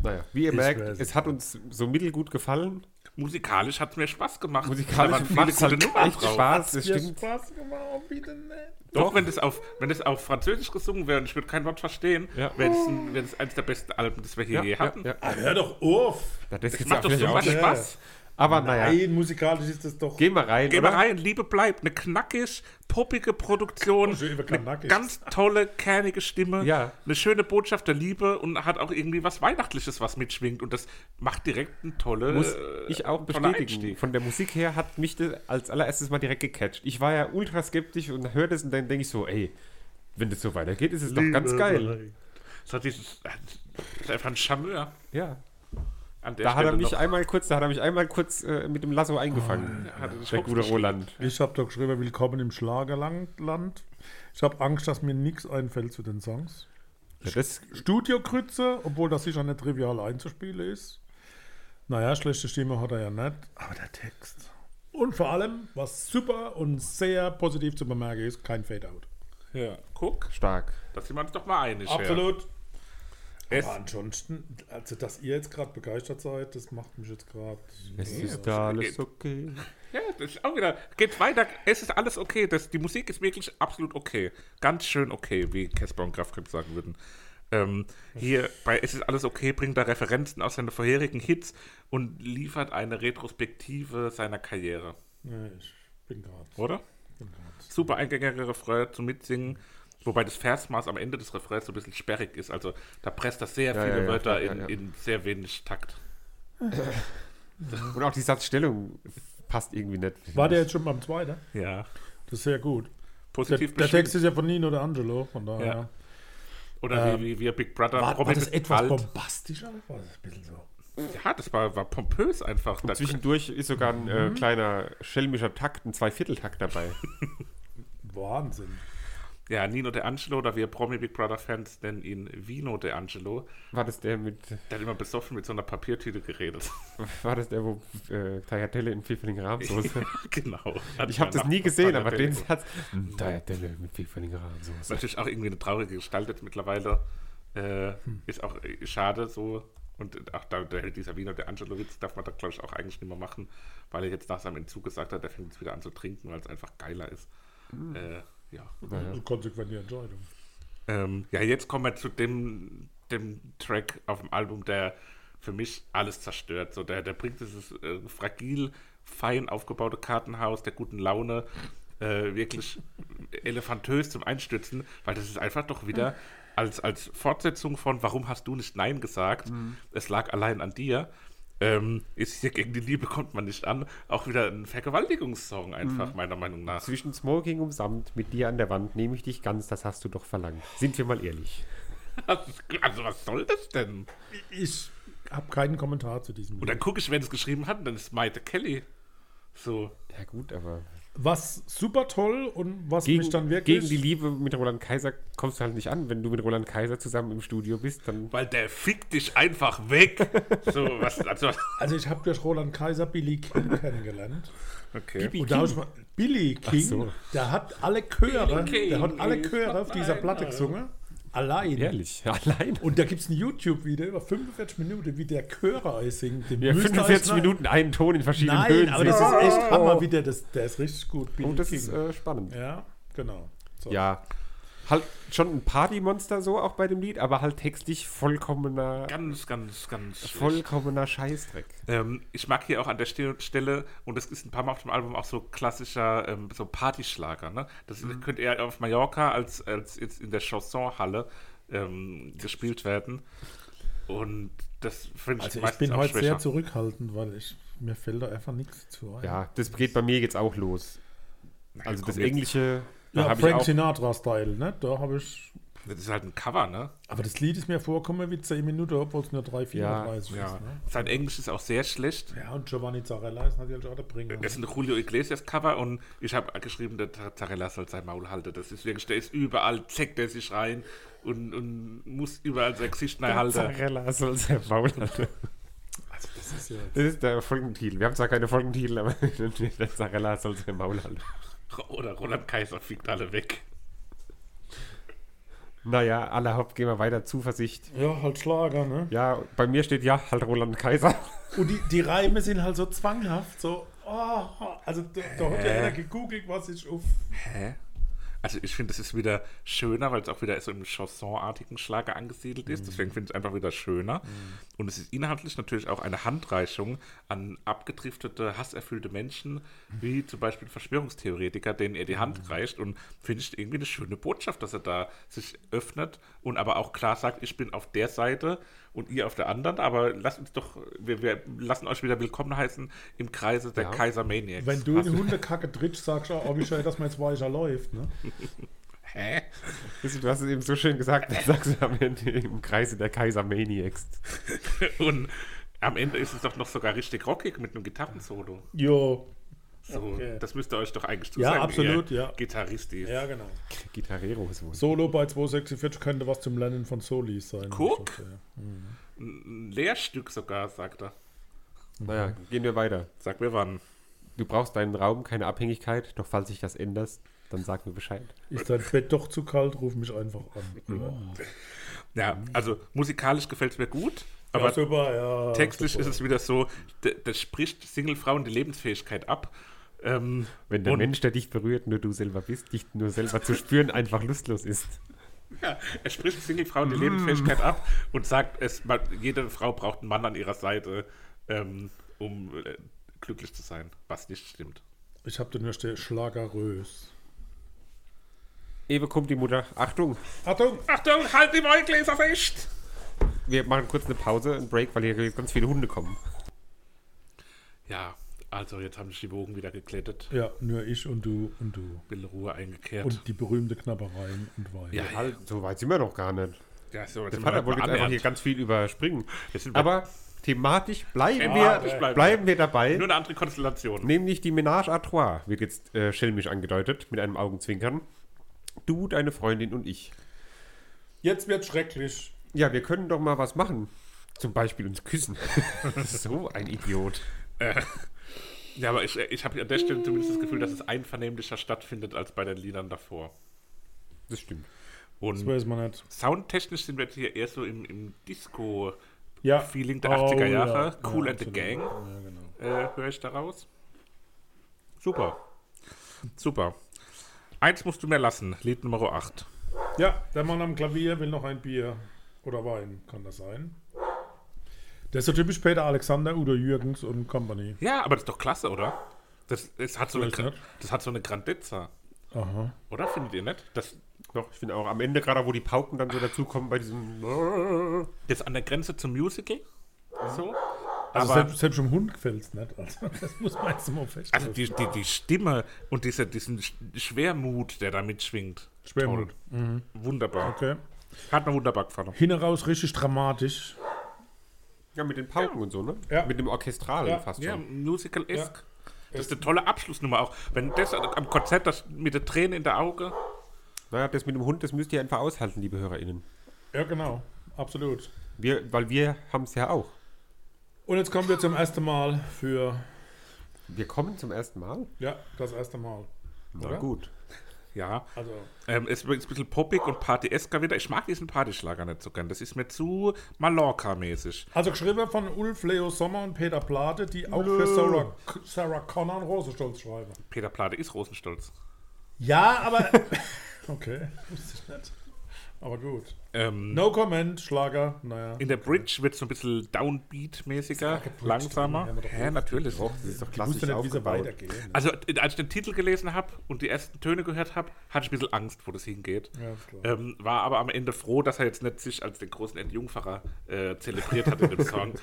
Speaker 3: Naja, wie ihr
Speaker 2: Ich
Speaker 3: merkt,
Speaker 2: weiß
Speaker 3: es hat uns so mittelgut gefallen. Also,
Speaker 1: Musikalisch hat es mir Spaß gemacht. Da waren
Speaker 3: Musikalisch
Speaker 1: viele
Speaker 3: macht es
Speaker 1: gute
Speaker 3: halt
Speaker 1: Nummern
Speaker 3: echt
Speaker 1: drauf.
Speaker 3: Spaß, das
Speaker 2: Ja,
Speaker 3: stimmt.
Speaker 2: Spaß gemacht, ne? bitte nicht.
Speaker 1: Doch, wenn das, auf, wenn das auf Französisch gesungen wäre und ich würde kein Wort verstehen,
Speaker 3: Ja.
Speaker 1: wäre es ein- wäre das eines der besten Alben, das wir hier
Speaker 3: Ja,
Speaker 1: je
Speaker 3: ja,
Speaker 1: hatten.
Speaker 3: ja.
Speaker 2: Ah, hör doch auf!
Speaker 3: Na, das,
Speaker 1: Das
Speaker 3: gibt's
Speaker 1: macht
Speaker 3: ja
Speaker 1: doch
Speaker 3: vielleicht
Speaker 1: super
Speaker 3: auch.
Speaker 2: Ja.
Speaker 1: Spaß.
Speaker 3: Aber naja,
Speaker 2: Nein, musikalisch ist das doch.
Speaker 3: gehen wir rein.
Speaker 1: Geh mal
Speaker 3: oder?
Speaker 1: rein, Liebe bleibt. Eine knackig, poppige Produktion.
Speaker 2: Oh, schön, über
Speaker 1: eine
Speaker 2: knackig.
Speaker 1: ganz tolle, kernige Stimme.
Speaker 3: Ja.
Speaker 1: Eine schöne Botschaft der Liebe und hat auch irgendwie was Weihnachtliches, was mitschwingt. Und das macht direkt eine tolle.
Speaker 3: muss
Speaker 1: äh,
Speaker 3: ich auch
Speaker 1: toller
Speaker 3: bestätigen.
Speaker 1: Einstieg.
Speaker 3: Von der Musik her hat mich das als allererstes mal direkt gecatcht. Ich war ja ultra skeptisch und hörte es und dann denke ich so, ey, wenn das so weitergeht, ist es doch ganz geil.
Speaker 1: Das, hat dieses, äh, das ist einfach ein Charmeur.
Speaker 3: Ja.
Speaker 1: An der
Speaker 3: Da hat er
Speaker 1: Stelle
Speaker 3: mich
Speaker 1: noch.
Speaker 3: einmal kurz, da hat er mich einmal kurz äh, mit dem Lasso eingefangen.
Speaker 1: hat er das
Speaker 3: der
Speaker 1: Hops
Speaker 3: gute Roland.
Speaker 2: Ich habe doch geschrieben, willkommen im Schlagerland. Ich habe Angst, dass mir nichts einfällt zu den Songs.
Speaker 3: Ja, das,
Speaker 2: Studio-Krütze, obwohl das sicher nicht trivial einzuspielen ist. Naja, schlechte Stimme hat er ja nicht, aber der Text. Und vor allem, was super und sehr positiv zu bemerken ist, kein Fade-Out.
Speaker 1: Ja, guck,
Speaker 3: stark.
Speaker 1: da sind wir uns doch mal einig.
Speaker 2: Absolut.
Speaker 1: Ja. Es,
Speaker 2: Aber ansonsten, also dass ihr jetzt gerade begeistert seid, das macht mich jetzt gerade.
Speaker 3: Es ist alles okay.
Speaker 1: ja, das ist auch wieder. Geht weiter. Es ist alles okay. Das, die Musik ist wirklich absolut okay. Ganz schön okay, wie Casper und Grafkrieg sagen würden. Ähm, hier bei Es ist alles okay bringt er Referenzen aus seinen vorherigen Hits und liefert eine Retrospektive seiner Karriere.
Speaker 2: Nee, ich bin gerade.
Speaker 1: Oder? Super eingängiger Refrain zum Mitsingen. Wobei das Versmaß am Ende des Refrains so ein bisschen sperrig ist. Also da presst das sehr
Speaker 3: Ja,
Speaker 1: viele
Speaker 3: ja, ja,
Speaker 1: Wörter
Speaker 3: ja,
Speaker 1: in,
Speaker 3: ja.
Speaker 1: in sehr wenig Takt.
Speaker 3: Und auch die Satzstellung passt irgendwie nicht.
Speaker 2: War der jetzt schon beim zweiten?
Speaker 1: Ja.
Speaker 2: Das ist sehr gut. Der,
Speaker 1: Positiv
Speaker 2: der
Speaker 1: bestimmt.
Speaker 2: Text ist ja von Nino de Angelo, von daher.
Speaker 1: Ja. Oder
Speaker 2: Ähm,
Speaker 1: wie, wie wir Big Brother
Speaker 2: War, war
Speaker 1: Robin
Speaker 2: das
Speaker 1: mit
Speaker 2: etwas
Speaker 1: Alt-
Speaker 2: bombastisch auch? War das ein bisschen so?
Speaker 1: Ja, das war, war pompös einfach. Da,
Speaker 3: Zwischendurch ist sogar ein
Speaker 2: Mhm.
Speaker 3: äh, kleiner schelmischer Takt, ein Zweivierteltakt dabei.
Speaker 2: Wahnsinn.
Speaker 1: ja, Nino De Angelo oder wir Promi Big Brother Fans nennen ihn Vino De Angelo.
Speaker 3: War das der mit,
Speaker 1: Der hat immer besoffen mit so einer Papiertüte geredet.
Speaker 3: war das der, wo äh, Tagliatelle in pfifferlinger Rahmsoße?
Speaker 1: genau.
Speaker 3: Ich habe das nie gesehen, aber den
Speaker 1: hat
Speaker 3: Satz. Tagliatelle mit pfifferlinger Rahmsoße.
Speaker 1: natürlich auch irgendwie eine traurige Gestalt jetzt mittlerweile.
Speaker 3: Hm.
Speaker 1: Äh, Ist auch äh, schade so. Und auch da, der, dieser Wiener, der Angelo Witz, darf man da, glaube ich, auch eigentlich nicht mehr machen, weil er jetzt nach seinem Entzug gesagt hat, er fängt jetzt wieder an zu trinken, weil es einfach geiler ist.
Speaker 3: Hm.
Speaker 1: Äh, ja.
Speaker 2: Eine Also, konsequente Entscheidung.
Speaker 1: Ähm, ja, jetzt kommen wir zu dem, dem Track auf dem Album, der für mich alles zerstört. So, der, der bringt dieses äh, fragil, fein aufgebaute Kartenhaus der guten Laune äh, wirklich elefantös zum Einstürzen, weil das ist einfach doch wieder als, als Fortsetzung von Warum hast du nicht Nein gesagt? Es lag allein an dir. Ähm, ist hier gegen die Liebe kommt man nicht an. Auch wieder ein Vergewaltigungssong, einfach, meiner Meinung nach.
Speaker 3: Zwischen Smoking und Samt, mit dir an der Wand, nehme ich dich ganz, das hast du doch verlangt. Sind wir mal ehrlich.
Speaker 1: Also, was soll das denn?
Speaker 2: Ich habe keinen Kommentar zu diesem
Speaker 1: Und
Speaker 2: Lied.
Speaker 1: dann gucke ich, wer das geschrieben hat, und dann ist Maite Kelly. So,
Speaker 3: Ja, gut, aber.
Speaker 2: Was super toll und was
Speaker 3: Gegen,
Speaker 2: mich dann wirklich.
Speaker 3: gegen die Liebe mit Roland Kaiser kommst du halt nicht an. Wenn du mit Roland Kaiser zusammen im Studio bist, dann.
Speaker 1: weil der fickt dich einfach weg. so, was, also,
Speaker 2: also, ich habe durch Roland Kaiser Billy King kennengelernt.
Speaker 1: okay.
Speaker 2: Und da hab ich mal, Billy King,
Speaker 3: so.
Speaker 2: der hat alle Chöre,
Speaker 1: Billy
Speaker 2: der hat
Speaker 1: King
Speaker 2: alle
Speaker 1: ist
Speaker 2: Chöre auf dieser
Speaker 1: allein,
Speaker 2: Platte
Speaker 1: ja.
Speaker 2: gesungen. Allein.
Speaker 3: Ehrlich, allein.
Speaker 2: Und da gibt es ein YouTube-Video über 45 Minuten, wie der Chöre euch singt. Den
Speaker 3: Ja,
Speaker 2: müsst ihr euch
Speaker 3: 45
Speaker 2: mal-
Speaker 3: Minuten einen Ton in verschiedenen
Speaker 2: Nein,
Speaker 3: Höhen.
Speaker 2: aber das ist echt Hammer, wie der das. Der ist richtig gut. Billy
Speaker 3: Und Oh. das
Speaker 2: King.
Speaker 3: ist äh, spannend.
Speaker 2: ja, genau. So.
Speaker 3: Ja. Halt schon ein Partymonster so auch bei dem Lied, aber halt textlich vollkommener,
Speaker 1: Ganz, ganz, ganz. schlecht.
Speaker 3: vollkommener Scheißdreck.
Speaker 1: Ähm, ich mag hier auch an der Stil- Stelle, und das ist ein paar Mal auf dem Album auch so klassischer ähm, so Partyschlager. Ne? Das
Speaker 2: Mhm.
Speaker 1: könnte eher auf Mallorca als, als jetzt in der Chansonhalle ähm, gespielt werden. Und das finde ich
Speaker 2: Also ich
Speaker 1: meistens
Speaker 2: bin
Speaker 1: auch
Speaker 2: heute sehr
Speaker 1: schwächer.
Speaker 2: zurückhaltend, weil ich mir fällt da einfach nichts zu ein.
Speaker 3: Ja, das geht bei mir jetzt auch los. Also
Speaker 1: komm,
Speaker 3: das
Speaker 1: jetzt-
Speaker 3: Englische, da
Speaker 2: Ja,
Speaker 3: habe ich
Speaker 2: Frank
Speaker 3: auch.
Speaker 2: Sinatra-Style, ne? Da habe ich.
Speaker 1: Das ist halt ein Cover, ne?
Speaker 2: Aber das Lied ist mir vorkommen wie 10 Minuten, obwohl es nur 3, 4
Speaker 3: Ja,
Speaker 1: Ja.
Speaker 2: ist. Ne?
Speaker 1: Sein Englisch ist auch sehr schlecht.
Speaker 2: Ja, und Giovanni Zarella ist natürlich auch der Bringer.
Speaker 1: Das ist ein Julio Iglesias Cover und ich habe geschrieben, der Tar- Tarella soll sein Maul halten. Das ist wirklich, der ist überall, zeckt er sich rein und, und muss überall sein Gesicht neu halten.
Speaker 3: Zarella soll sein Maul halten.
Speaker 2: Also das ist ja.
Speaker 3: Das ist der Folgentitel. Wir haben zwar keine Folgentitel, aber der Zarella soll sein Maul halten.
Speaker 1: Oder Roland Kaiser fliegt alle weg.
Speaker 3: Naja, allerhaupt gehen wir weiter. Zuversicht.
Speaker 2: Ja, halt Schlager, ne?
Speaker 3: Ja, bei mir steht ja halt Roland Kaiser.
Speaker 2: Und die, die Reime sind halt so zwanghaft, so. Oh, also da, da hat ja
Speaker 1: Äh.
Speaker 2: einer gegoogelt, was ich auf.
Speaker 1: Hä? Also ich finde, das ist wieder schöner, weil es auch wieder so im Chanson-artigen Schlager angesiedelt
Speaker 2: Mhm.
Speaker 1: ist. Deswegen finde ich es einfach wieder schöner. Und es ist inhaltlich natürlich auch eine Handreichung an abgedriftete, hasserfüllte Menschen, wie zum Beispiel Verschwörungstheoretiker, denen er die
Speaker 2: Mhm.
Speaker 1: Hand reicht. Und finde ich irgendwie eine schöne Botschaft, dass er da sich öffnet und aber auch klar sagt, ich bin auf der Seite und ihr auf der anderen. Aber lasst uns doch, wir, wir lassen euch wieder willkommen heißen im Kreise der
Speaker 3: Ja.
Speaker 1: Kaiser Maniacs.
Speaker 2: Wenn du in die Hundekacke trittst, sagst du, oh, wie schön, dass man jetzt weicher läuft, ne?
Speaker 1: Hä?
Speaker 3: Du hast es eben so schön gesagt, das sagst du am Ende im Kreise der Kaiser Maniacs.
Speaker 1: Und am Ende ist es doch noch sogar richtig rockig mit einem Gitarrensolo.
Speaker 2: Jo.
Speaker 1: So,
Speaker 2: Okay.
Speaker 1: Das müsst ihr euch doch eigentlich zu
Speaker 2: Ja,
Speaker 1: sagen.
Speaker 2: absolut,
Speaker 1: ihr
Speaker 2: ja.
Speaker 1: Gitarristis.
Speaker 2: Ja, genau.
Speaker 3: Gitarrero ist wohl.
Speaker 2: Solo bei 246 könnte was zum Lernen von Solis sein.
Speaker 1: Guck.
Speaker 2: Ich hoffe,
Speaker 1: Ein Lehrstück sogar, sagt er.
Speaker 3: Naja, gehen wir weiter.
Speaker 1: Sag mir wann.
Speaker 3: Du brauchst deinen Raum, keine Abhängigkeit, doch falls sich das ändert, dann sag mir Bescheid.
Speaker 2: ja. Ist dein Bett doch zu kalt, ruf mich einfach an.
Speaker 1: Mhm.
Speaker 2: Ja.
Speaker 1: Ja, also musikalisch gefällt es mir gut, aber
Speaker 2: ja, super, ja.
Speaker 1: textlich
Speaker 2: super.
Speaker 1: ist es wieder so, d- das spricht Singlefrauen die Lebensfähigkeit ab. Ähm,
Speaker 3: Wenn der
Speaker 1: und-
Speaker 3: Mensch, der dich berührt, nur du selber bist, dich nur selber zu spüren, einfach lustlos ist.
Speaker 1: Ja, er spricht Singlefrauen die
Speaker 3: Mm.
Speaker 1: Lebensfähigkeit ab und sagt, es, man, jede Frau braucht einen Mann an ihrer Seite, ähm, um äh, glücklich zu sein, was nicht stimmt.
Speaker 2: Ich habe den hier stehen, schlagerös.
Speaker 3: Ewe kommt die Mutter. Achtung,
Speaker 2: Achtung!
Speaker 1: Achtung, halt die Wollgläser fest!
Speaker 3: wir machen kurz eine Pause, einen Break, weil hier ganz viele Hunde kommen.
Speaker 1: Ja, also jetzt haben sich die Wogen wieder geklettet,
Speaker 2: Ja, nur ich und du und du.
Speaker 1: will Ruhe eingekehrt.
Speaker 2: Und die berühmte Knabberei und Wein.
Speaker 1: ja, ja,
Speaker 3: Halt, so weit sind wir noch gar nicht.
Speaker 1: ja, so, jetzt
Speaker 3: Der
Speaker 1: sind
Speaker 3: Vater
Speaker 1: wir
Speaker 3: wollte jetzt einfach hier
Speaker 1: beannähernd.
Speaker 3: ganz viel überspringen.
Speaker 1: Wir sind bei-
Speaker 3: Aber thematisch bleiben,
Speaker 1: Thematisch
Speaker 3: wir,
Speaker 1: bleiben
Speaker 3: bleiben wir dabei.
Speaker 1: Nur eine andere Konstellation.
Speaker 3: Nämlich die Ménage à Trois wird jetzt äh, schelmisch angedeutet, mit einem Augenzwinkern. Du, deine Freundin und ich.
Speaker 2: Jetzt wird schrecklich.
Speaker 3: Ja, wir können doch mal was machen. Zum Beispiel uns küssen. so ein Idiot.
Speaker 1: Ja, aber ich, ich habe an der Stelle zumindest das Gefühl, dass es einvernehmlicher stattfindet als bei den Liedern davor.
Speaker 3: Das stimmt.
Speaker 2: Das
Speaker 1: Und
Speaker 2: weiß man nicht.
Speaker 1: soundtechnisch sind wir jetzt hier eher so im, im Disco-
Speaker 2: Ja.
Speaker 1: Feeling der
Speaker 2: Oh,
Speaker 1: 80er Jahre,
Speaker 2: ja.
Speaker 1: Cool
Speaker 2: Ja,
Speaker 1: and the
Speaker 2: absolut.
Speaker 1: Gang,
Speaker 2: Ja, genau.
Speaker 1: äh, höre ich daraus. Super. Super. Eins musst du mir lassen, Lied Nummer 8.
Speaker 2: Ja, der Mann am Klavier will noch ein Bier oder Wein, kann das sein? Der ist so typisch Peter Alexander, Udo Jürgens und Company.
Speaker 1: Ja, aber das ist doch klasse, oder? Das, das, hat, so eine,
Speaker 2: Weiß
Speaker 1: Gra-
Speaker 2: nicht.
Speaker 1: das hat so eine Grandezza,
Speaker 2: Aha.
Speaker 1: oder? Findet ihr nicht? Das,
Speaker 3: Doch, ich finde auch am Ende gerade, wo die Pauken dann so dazukommen bei diesem.
Speaker 1: das an der Grenze zum Musical? So?
Speaker 2: Also
Speaker 1: aber
Speaker 2: selbst, selbst dem Hund gefällt es nicht. Also, das muss man jetzt mal feststellen.
Speaker 1: also die, die, die Stimme und dieser, diesen Sch- Schwermut, der da mitschwingt.
Speaker 2: Schwermut.
Speaker 1: Toll. Wunderbar.
Speaker 2: Okay.
Speaker 1: Hat man wunderbar gefallen.
Speaker 2: Hinaus richtig dramatisch.
Speaker 3: Ja, mit den Pauken und so, ne?
Speaker 2: Ja.
Speaker 3: Mit dem Orchestralen
Speaker 2: Ja.
Speaker 3: fast
Speaker 1: Ja,
Speaker 3: schon.
Speaker 1: musical-esque. Das ist eine tolle Abschlussnummer auch. Wenn das am Konzert das mit der Tränen in der Auge.
Speaker 3: Naja, das mit dem Hund, das müsst ihr einfach aushalten, liebe HörerInnen.
Speaker 2: Ja, genau. Absolut.
Speaker 3: Wir, weil wir haben es ja auch.
Speaker 2: Und jetzt kommen wir zum ersten Mal für.
Speaker 3: Wir kommen zum ersten Mal.
Speaker 2: Ja, das erste Mal.
Speaker 3: Na
Speaker 2: Oder?
Speaker 3: gut.
Speaker 1: Ja.
Speaker 2: Also,
Speaker 1: Ähm, es wird ein bisschen poppig und partyesker wieder. Ich mag diesen Partyschlager nicht so gern. Das ist mir zu Mallorca-mäßig.
Speaker 2: also geschrieben von Ulf Leo Sommer und Peter Plate, die auch für Sarah, Sarah Connor und Rosenstolz schreiben.
Speaker 1: Peter Plate ist Rosenstolz.
Speaker 2: Ja, aber. okay. Wusste ich nicht. Aber gut.
Speaker 1: Ähm,
Speaker 2: No comment, Schlager. Naja.
Speaker 1: In der Bridge wird es so ein bisschen Downbeat-mäßiger,
Speaker 2: Bridge drin,
Speaker 1: langsamer.
Speaker 2: haben wir doch
Speaker 1: Ja, natürlich.
Speaker 3: Doch, das ist doch
Speaker 2: Ich wusste
Speaker 3: klassisch
Speaker 2: nicht, wie sie
Speaker 3: aufgebaut.
Speaker 2: weitergehen.
Speaker 1: Also, äh, als ich den Titel gelesen habe und die ersten Töne gehört habe, hatte ich ein bisschen Angst, wo das hingeht.
Speaker 2: Ja, ist klar.
Speaker 1: Ähm, war aber am Ende froh, dass er jetzt nicht sich als den großen Entjungferer äh, zelebriert hat in dem Song.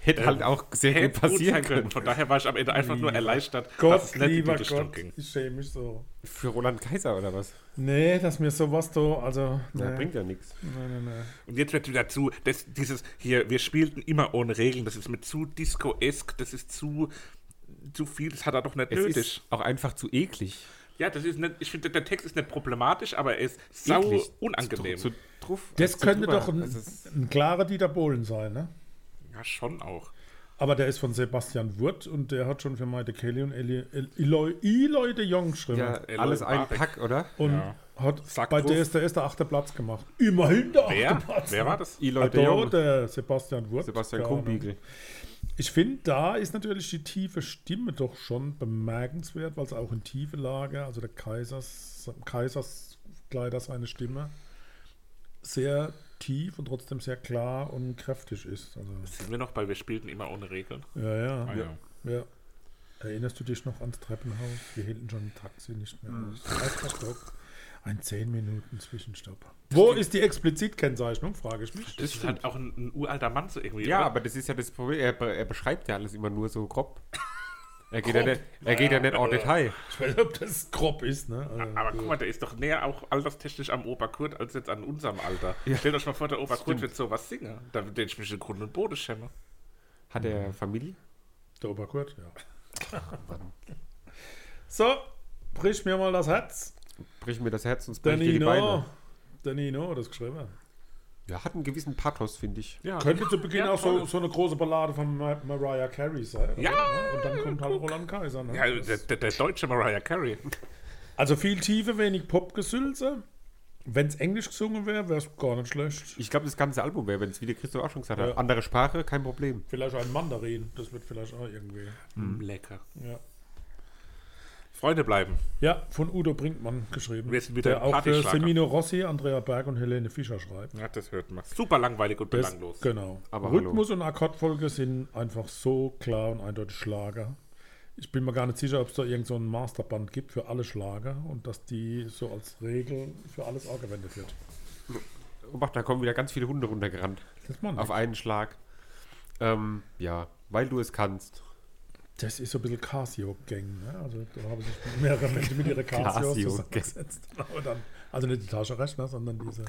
Speaker 3: Hätte halt
Speaker 1: Ähm,
Speaker 3: auch sehr gut
Speaker 1: Hätte gut
Speaker 3: passieren
Speaker 1: sein können.
Speaker 3: können.
Speaker 1: Von daher war ich am Ende einfach nur erleichtert, dass
Speaker 2: Gott,
Speaker 1: es nicht in
Speaker 2: lieber
Speaker 1: die Richtung
Speaker 2: Gott,
Speaker 1: ging.
Speaker 2: ich schäme mich so.
Speaker 3: Für Roland Kaiser oder was?
Speaker 2: Nee, dass mir sowas da, also.
Speaker 3: Na,
Speaker 2: Nee,
Speaker 3: bringt ja nichts.
Speaker 2: nee, nee, nee.
Speaker 1: Und jetzt wird wieder zu, das, dieses hier, wir spielten immer ohne Regeln, das ist mir zu disco-esk, das ist zu, zu viel, das hat er doch nicht
Speaker 3: Es
Speaker 1: nötig.
Speaker 3: ist auch einfach zu eklig.
Speaker 1: Ja, das ist nicht, ich finde, der Text ist nicht problematisch, aber er ist sau
Speaker 3: Eklig.
Speaker 1: unangenehm.
Speaker 3: Zu, zu, drauf,
Speaker 2: Das
Speaker 3: also zu
Speaker 2: könnte
Speaker 3: drüber.
Speaker 2: doch ein,
Speaker 3: Also es-
Speaker 2: ein klarer Dieter Bohlen sein, ne?
Speaker 1: ja, schon auch.
Speaker 2: Aber der ist von Sebastian Wurt und der hat schon für Maite Kelly und Eli- El- Eloy Eloy de Jong geschrieben.
Speaker 3: ja,
Speaker 1: Eloy
Speaker 3: alles ein
Speaker 1: Bartek.
Speaker 3: Pack, oder?
Speaker 2: Und
Speaker 1: Ja.
Speaker 2: hat
Speaker 1: Sack
Speaker 2: bei
Speaker 1: drauf.
Speaker 2: der ist der erste achte Platz gemacht. Immerhin der
Speaker 1: Wer?
Speaker 2: achte Platz.
Speaker 1: Wer war das?
Speaker 3: Eloy
Speaker 2: Ah,
Speaker 3: de
Speaker 2: da,
Speaker 3: Jong,
Speaker 2: der Sebastian Wurt.
Speaker 3: Sebastian
Speaker 2: Keine
Speaker 3: Kumbiegel.
Speaker 2: Ahnung. Ich finde, da ist natürlich die tiefe Stimme doch schon bemerkenswert, weil es auch in tiefe Lage, also der Kaisers, Kaiserskleider seine Stimme, sehr tief und trotzdem sehr klar und kräftig ist. Also,
Speaker 1: Sind wir noch bei, wir spielten immer ohne Regeln?
Speaker 2: ja, ja.
Speaker 1: Ah, ja.
Speaker 2: Ja. Erinnerst du dich noch ans Treppenhaus? Wir hielten schon ein Taxi nicht mehr aus. Erster Stock, ein 10 Minuten Zwischenstopp. Wo ist die Explizitkennzeichnung, frage ich mich.
Speaker 1: Das, ist halt auch ein, ein uralter Mann so irgendwie.
Speaker 3: Ja,
Speaker 1: oder?
Speaker 3: aber das ist ja das Problem. Er, be- er beschreibt ja alles immer nur so grob. Er geht, Ja, nicht, er geht ja nicht
Speaker 1: Äh.
Speaker 3: en Detail.
Speaker 2: Ich weiß nicht, ob das grob ist, ne? Also,
Speaker 1: Aber guck mal, der ist doch näher auch alterstechnisch am Opa Kurt als jetzt an unserem Alter. Stellt euch mal vor, der Opa Kurt wird sowas singen, damit ich mich in Grund und Boden schäme.
Speaker 3: Hat er Familie?
Speaker 2: der Oberkurt, ja. So, brich mir mal das Herz.
Speaker 3: Brich mir das Herz und
Speaker 2: Der
Speaker 3: brich dir die
Speaker 2: Nino.
Speaker 3: Beine.
Speaker 2: Der Nino hat das geschrieben.
Speaker 3: Ja, hat einen gewissen Pathos, finde ich.
Speaker 1: Ja,
Speaker 2: Könnte zu Beginn
Speaker 1: Ah, Ja,
Speaker 2: auch so,
Speaker 1: toll.
Speaker 2: so eine große Ballade von Ma Mariah Carey sein. oder?
Speaker 1: Ja,
Speaker 2: Und dann kommt halt Roland Kaiser. Ne?
Speaker 1: ja
Speaker 2: Das-
Speaker 1: der, der, der deutsche Mariah Carey.
Speaker 2: also viel Tiefe, wenig Popgesülze. Wenn es Englisch gesungen wäre, wäre es gar nicht schlecht.
Speaker 3: Ich glaube, das ganze Album wäre, wenn es wieder Christoph auch schon gesagt hat.
Speaker 2: Ja.
Speaker 3: Andere Sprache, kein Problem.
Speaker 2: Vielleicht ein Mandarin, das wird vielleicht auch irgendwie.
Speaker 1: Mm, lecker.
Speaker 2: Ja,
Speaker 1: Freunde bleiben.
Speaker 2: ja von Udo Brinkmann geschrieben.
Speaker 1: Wir sind wieder
Speaker 2: der
Speaker 1: im
Speaker 2: auch für
Speaker 1: Partyschlager.
Speaker 2: Semino Rossi, Andrea Berg und Helene Fischer schreibt.
Speaker 1: Ja, das hört man. Super langweilig und
Speaker 2: Das-
Speaker 1: belanglos.
Speaker 2: Genau.
Speaker 3: Aber
Speaker 2: Rhythmus und Akkordfolge sind einfach so klar und eindeutig Schlager. Ich bin mir gar nicht sicher, ob es da irgend so ein Masterband gibt für alle Schlager und dass die so als Regel für alles angewendet wird.
Speaker 3: Und Oh, da kommen wieder ganz viele Hunde runtergerannt.
Speaker 2: Das, man
Speaker 3: Auf einen Schlag. Ähm, ja, weil du es kannst.
Speaker 2: das ist so ein bisschen Casio-Gang. Ne? Also da haben sich mehrere Menschen mit ihrer Casio
Speaker 3: Casio-Gang.
Speaker 2: zusammengesetzt. Aber dann, also nicht die Taschenrechner, sondern diese,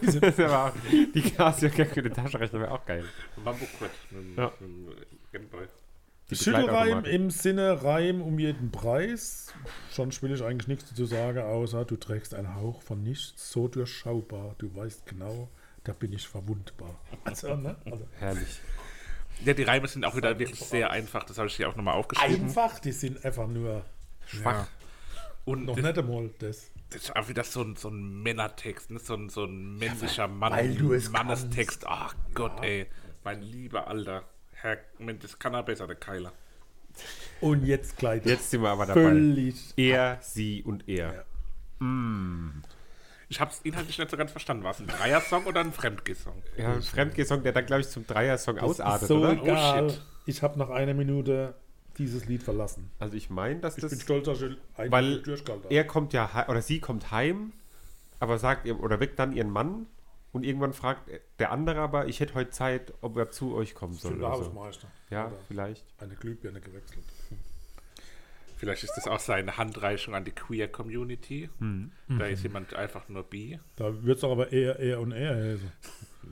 Speaker 2: diese
Speaker 3: Das war, die Casio-Gag für den Taschenrechner wäre auch geil.
Speaker 1: Bambukwett. mit-
Speaker 3: Ja.
Speaker 1: mit Gameboy.
Speaker 3: Die
Speaker 2: Schüttelreim
Speaker 3: Begleitautomaten.
Speaker 2: im Sinne Reim um jeden Preis. Sonst will ich eigentlich nichts dazu sagen, außer du trägst einen Hauch von nichts, so durchschaubar. Du weißt genau, da bin ich verwundbar. Also, ne? also
Speaker 3: Herrlich.
Speaker 1: Ja, die Reime sind auch wieder wirklich sehr einfach. Das habe ich hier auch nochmal aufgeschrieben.
Speaker 2: einfach, die sind einfach nur
Speaker 3: Schwach.
Speaker 1: Und
Speaker 2: noch
Speaker 1: das,
Speaker 2: nicht einmal das.
Speaker 1: das ist auch wieder so ein, so ein Männertext, ne? so, ein, so ein männlicher Mann,
Speaker 2: weil du es
Speaker 1: Mannestext. Ach Gott, ey. Mein lieber Alter. Herr, Mensch, das kann er besser, der Keiler.
Speaker 2: Und jetzt gleich
Speaker 3: Jetzt sind wir aber dabei.
Speaker 2: völlig.
Speaker 3: Er, sie und er.
Speaker 2: Ja.
Speaker 1: Ich habe es inhaltlich nicht so ganz verstanden. War es ein Dreier-Song oder ein Fremdgesong?
Speaker 3: Ja, ein Fremdgesong, der dann, glaube ich, zum Dreier-Song
Speaker 2: Das
Speaker 3: ausartet,
Speaker 2: ist so
Speaker 3: oder?
Speaker 2: egal.
Speaker 1: Oh, shit.
Speaker 2: ich habe nach einer Minute dieses Lied verlassen.
Speaker 3: Also ich meine, dass
Speaker 2: Ich
Speaker 3: das...
Speaker 2: bin stolz, dass ich eine
Speaker 3: Weil
Speaker 2: durchgehalten habe.
Speaker 3: er kommt ja, hei- oder sie kommt heim, aber sagt ihr, oder weckt dann ihren Mann und irgendwann fragt der andere aber, ich hätte heute Zeit, ob er zu euch kommen soll also
Speaker 2: Stimmt, da
Speaker 3: oder
Speaker 2: habe ich
Speaker 3: so.
Speaker 2: Meister.
Speaker 3: Ja,
Speaker 2: Oder
Speaker 3: vielleicht.
Speaker 2: Eine Glühbirne gewechselt.
Speaker 1: Vielleicht ist das auch seine Handreichung an die Queer-Community.
Speaker 2: Hm. Mhm.
Speaker 1: Da ist jemand einfach nur bi.
Speaker 2: Da wird es aber eher, eher und eher heißen.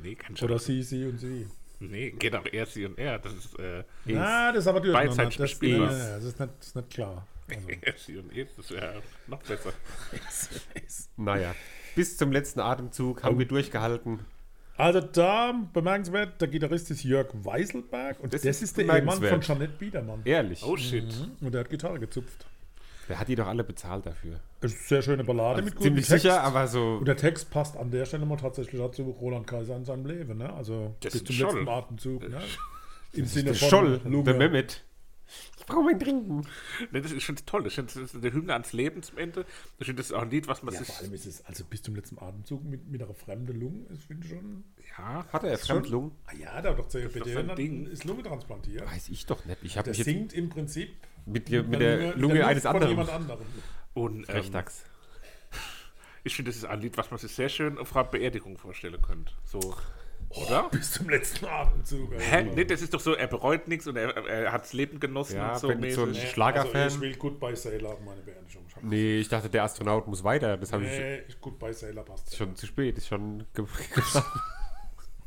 Speaker 1: Nee, kann schon.
Speaker 2: Oder sie, sie und sie.
Speaker 1: Nee, geht auch er, sie und er. Das ist äh,
Speaker 2: Na, das ist aber durcheinander.
Speaker 1: Beidseitig
Speaker 2: Das, ist-
Speaker 1: bespielbar.
Speaker 2: ja, ja, das, ist nicht, das ist nicht klar. Also,
Speaker 1: er, sie und er. Das wäre noch besser.
Speaker 3: Naja, bis zum letzten Atemzug
Speaker 2: Oh.
Speaker 3: haben wir durchgehalten.
Speaker 2: also da bemerkenswert, der Gitarrist ist Jörg Weiselberg und das,
Speaker 3: Das ist
Speaker 2: ist der Ehemann von
Speaker 3: bemerkenswert.
Speaker 2: Jeanette Biedermann.
Speaker 3: Ehrlich.
Speaker 1: Oh shit.
Speaker 2: Und der hat Gitarre gezupft.
Speaker 3: Wer hat die doch alle bezahlt dafür?
Speaker 2: Das ist eine sehr schöne Ballade mit gutem
Speaker 3: Also Ziemlich
Speaker 2: Text.
Speaker 3: sicher, aber so...
Speaker 2: Und der Text passt an der Stelle mal tatsächlich dazu Roland Kaiser in seinem Leben. Ne? Also
Speaker 1: Das
Speaker 2: bis
Speaker 1: ist
Speaker 2: zum
Speaker 1: Scholl.
Speaker 2: letzten Atemzug. Ne? Im
Speaker 3: Der
Speaker 2: Sinne von
Speaker 3: Scholl,
Speaker 2: Lunge.
Speaker 3: der Mehmet. Ich brauche mein Trinken.
Speaker 1: Nee, das, ich finde es toll. Ich finde, das ist eine Hymne ans Leben zum Ende. Ich finde, das ist auch ein Lied, was man
Speaker 2: Ja, vor
Speaker 1: sich.
Speaker 2: allem ist es, also bis zum letzten Atemzug mit, mit einer fremden Lunge, ist finde ich schon.
Speaker 1: Ja,
Speaker 3: Hat er Fremdlung?
Speaker 2: Ah ja, da hat doch
Speaker 1: ist doch
Speaker 2: CFPD
Speaker 1: sein
Speaker 2: dann
Speaker 1: Ding.
Speaker 2: ist Lunge transplantiert.
Speaker 3: Weiß ich doch nicht. Ich habe
Speaker 2: Der
Speaker 3: mich jetzt
Speaker 2: singt im Prinzip
Speaker 3: mit, der- mit
Speaker 2: einer
Speaker 3: der
Speaker 2: mit
Speaker 3: Lunge
Speaker 2: Luft
Speaker 3: eines
Speaker 2: von jemand
Speaker 3: anderen.
Speaker 2: anderem.
Speaker 1: und ähm,
Speaker 3: Rechdachs.
Speaker 1: ich finde, das ist ein Lied, was man sich sehr schön auf einer Beerdigung vorstellen könnte. So, oder?
Speaker 2: Bis zum letzten Atemzug. also.
Speaker 1: Hä? Nee, das ist doch so, er bereut nichts und er, er hat das Leben genossen
Speaker 3: Ja,
Speaker 1: und so
Speaker 3: wenn so ein
Speaker 1: mäßig.
Speaker 3: Schlagerfan.
Speaker 2: Also ich will Goodbye Sailor auf meine Beerdigung. Ich hab-
Speaker 3: Nee, ich dachte, der Astronaut muss weiter. Das habe ich
Speaker 2: Nee, ich- Goodbye Sailor passt.
Speaker 3: schon zu spät. Ist schon ge- geschafft.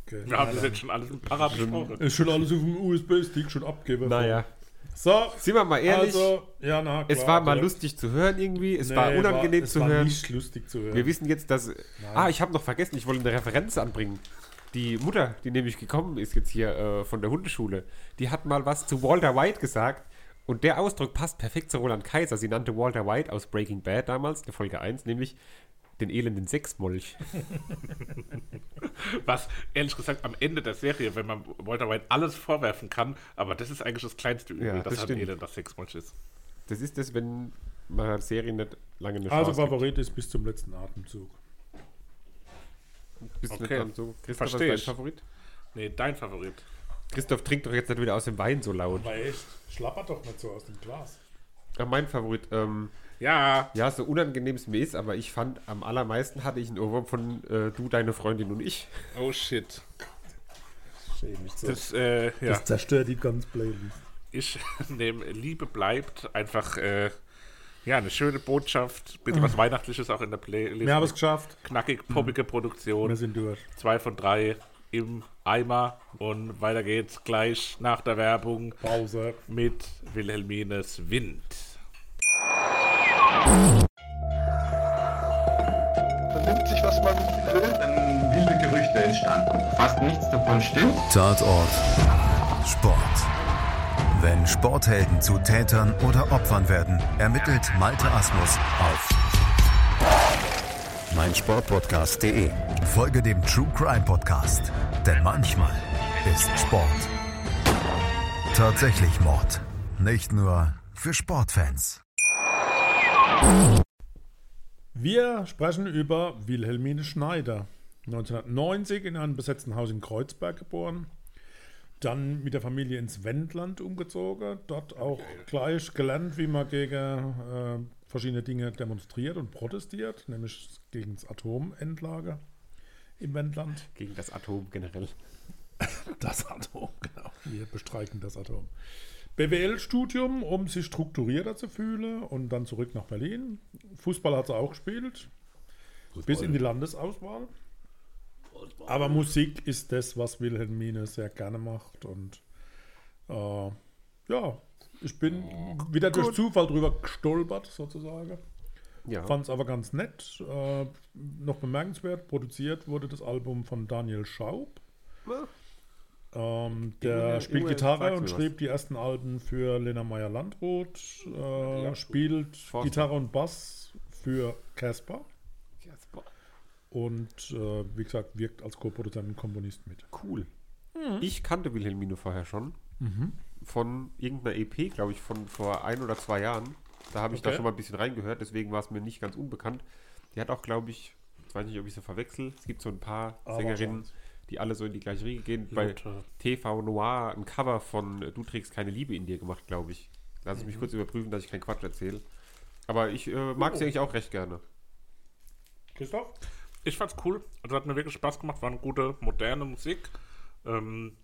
Speaker 2: Okay.
Speaker 1: Wir haben das jetzt schon alles im Para besprochen.
Speaker 2: Ist schon alles auf dem USB-Stick schon abgeben.
Speaker 3: naja.
Speaker 2: So,
Speaker 3: Sind wir mal ehrlich,
Speaker 2: also, ja, na, klar,
Speaker 3: es war mal
Speaker 2: ja.
Speaker 3: lustig zu hören irgendwie. Es
Speaker 2: Nee,
Speaker 3: war unangenehm
Speaker 2: es
Speaker 3: zu
Speaker 2: war
Speaker 3: hören.
Speaker 2: nicht lustig zu hören.
Speaker 3: Wir wissen jetzt, dass. Ah, ich habe noch vergessen, ich wollte eine Referenz anbringen. Die Mutter, die nämlich gekommen ist jetzt hier äh, von der Hundeschule, die hat mal was zu Walter White gesagt. Und der Ausdruck passt perfekt zu Roland Kaiser. Sie nannte Walter White aus Breaking Bad damals, der Folge 1, nämlich den elenden Sexmolch.
Speaker 1: Was ehrlich gesagt am Ende der Serie, wenn man Walter White alles vorwerfen kann, aber das ist eigentlich das kleinste Übel,
Speaker 3: Ja,
Speaker 1: dass
Speaker 3: das
Speaker 1: das er
Speaker 3: stimmt.
Speaker 1: jeder das Sexmunsch ist.
Speaker 3: Das ist das, wenn man einer Serie nicht lange eine Chance
Speaker 2: also
Speaker 3: gibt.
Speaker 2: Favorit ist bis zum letzten Atemzug.
Speaker 3: Bist
Speaker 1: Okay.
Speaker 3: nicht so. Christoph, was ist
Speaker 1: Versteh
Speaker 3: dein
Speaker 1: ich.
Speaker 3: Favorit?
Speaker 1: Nee, dein Favorit.
Speaker 3: Christoph trinkt doch jetzt nicht wieder aus dem Wein so laut.
Speaker 2: Aber echt, schlappert doch nicht so aus dem Glas.
Speaker 3: Ja, mein Favorit, ähm,
Speaker 1: Ja,
Speaker 3: ja, so unangenehm es mir ist, aber ich fand, am allermeisten hatte ich einen Ohrwurm von äh, Du, deine Freundin und ich.
Speaker 1: oh shit.
Speaker 2: Schäm mich so.
Speaker 1: Das, äh, ja.
Speaker 2: Das zerstört die ganze Playlist.
Speaker 1: ich nehme Liebe bleibt einfach äh, ja eine schöne Botschaft, bisschen was Weihnachtliches auch in der Playlist.
Speaker 2: Wir haben es geschafft.
Speaker 1: Knackig, poppige
Speaker 2: Wir
Speaker 1: Produktion,
Speaker 2: sind durch.
Speaker 1: zwei von drei im Eimer und weiter geht's gleich nach der Werbung
Speaker 2: Pause.
Speaker 1: mit Wilhelmines Wind.
Speaker 4: Man nimmt sich, was man will.
Speaker 5: dann viele Gerüchte entstanden. Fast nichts davon stimmt.
Speaker 6: Tatort Sport. Wenn Sporthelden zu Tätern oder Opfern werden, ermittelt Malte Asmus auf meinsportpodcast.de. Folge dem True Crime Podcast, denn manchmal ist Sport tatsächlich Mord. Nicht nur für Sportfans.
Speaker 2: Wir sprechen über Wilhelmine Schneider. 1990 in einem besetzten Haus in Kreuzberg geboren. Dann mit der Familie ins Wendland umgezogen. Dort auch gleich gelernt, wie man gegen äh, verschiedene Dinge demonstriert und protestiert, nämlich gegen das Atomendlager im Wendland.
Speaker 3: Gegen das Atom generell.
Speaker 2: Das Atom, genau. Wir bestreiken das Atom. BWL-Studium, um sich strukturierter zu fühlen und dann zurück nach Berlin. Fußball hat sie auch gespielt, bis in die Landesauswahl. Aber Musik ist das, was Wilhelmine sehr gerne macht. Und äh, ja, ich bin wieder durch Zufall drüber gestolpert, sozusagen.
Speaker 3: Ja.
Speaker 2: Fand es aber ganz nett. Äh, noch bemerkenswert, produziert wurde das Album von Daniel Schaub. Ähm, der
Speaker 3: Immerhin-
Speaker 2: spielt
Speaker 3: immerhin
Speaker 2: Gitarre
Speaker 3: sagst du
Speaker 2: und
Speaker 3: was.
Speaker 2: schrieb die ersten Alben für Lena Meyer Landroth. Äh, spielt
Speaker 3: Forster.
Speaker 2: Gitarre und Bass für Casper. Und äh, wie gesagt, wirkt als Co-Produzent und Komponist mit.
Speaker 3: Cool. Ich kannte Wilhelmine vorher schon. Von irgendeiner EP, glaube ich, von vor ein oder zwei Jahren. Da habe ich da
Speaker 2: Okay.
Speaker 3: schon mal ein bisschen reingehört, deswegen war es mir nicht ganz unbekannt. Die hat auch, glaube ich, ich weiß nicht, ob ich sie verwechsel. Es gibt so ein paar
Speaker 2: Aber
Speaker 3: Sängerinnen,
Speaker 2: schon.
Speaker 3: die alle so in die gleiche Riege gehen. Bei
Speaker 1: Lotte.
Speaker 3: TV Noir ein Cover von äh, Du trägst keine Liebe in dir gemacht, glaube ich. Lass es mich kurz überprüfen, dass ich keinen Quatsch erzähle. Aber ich äh, mag sie eigentlich auch recht gerne.
Speaker 2: Christoph?
Speaker 1: Ich fand's cool. Also hat mir wirklich Spaß gemacht. War eine gute, moderne Musik. Ähm,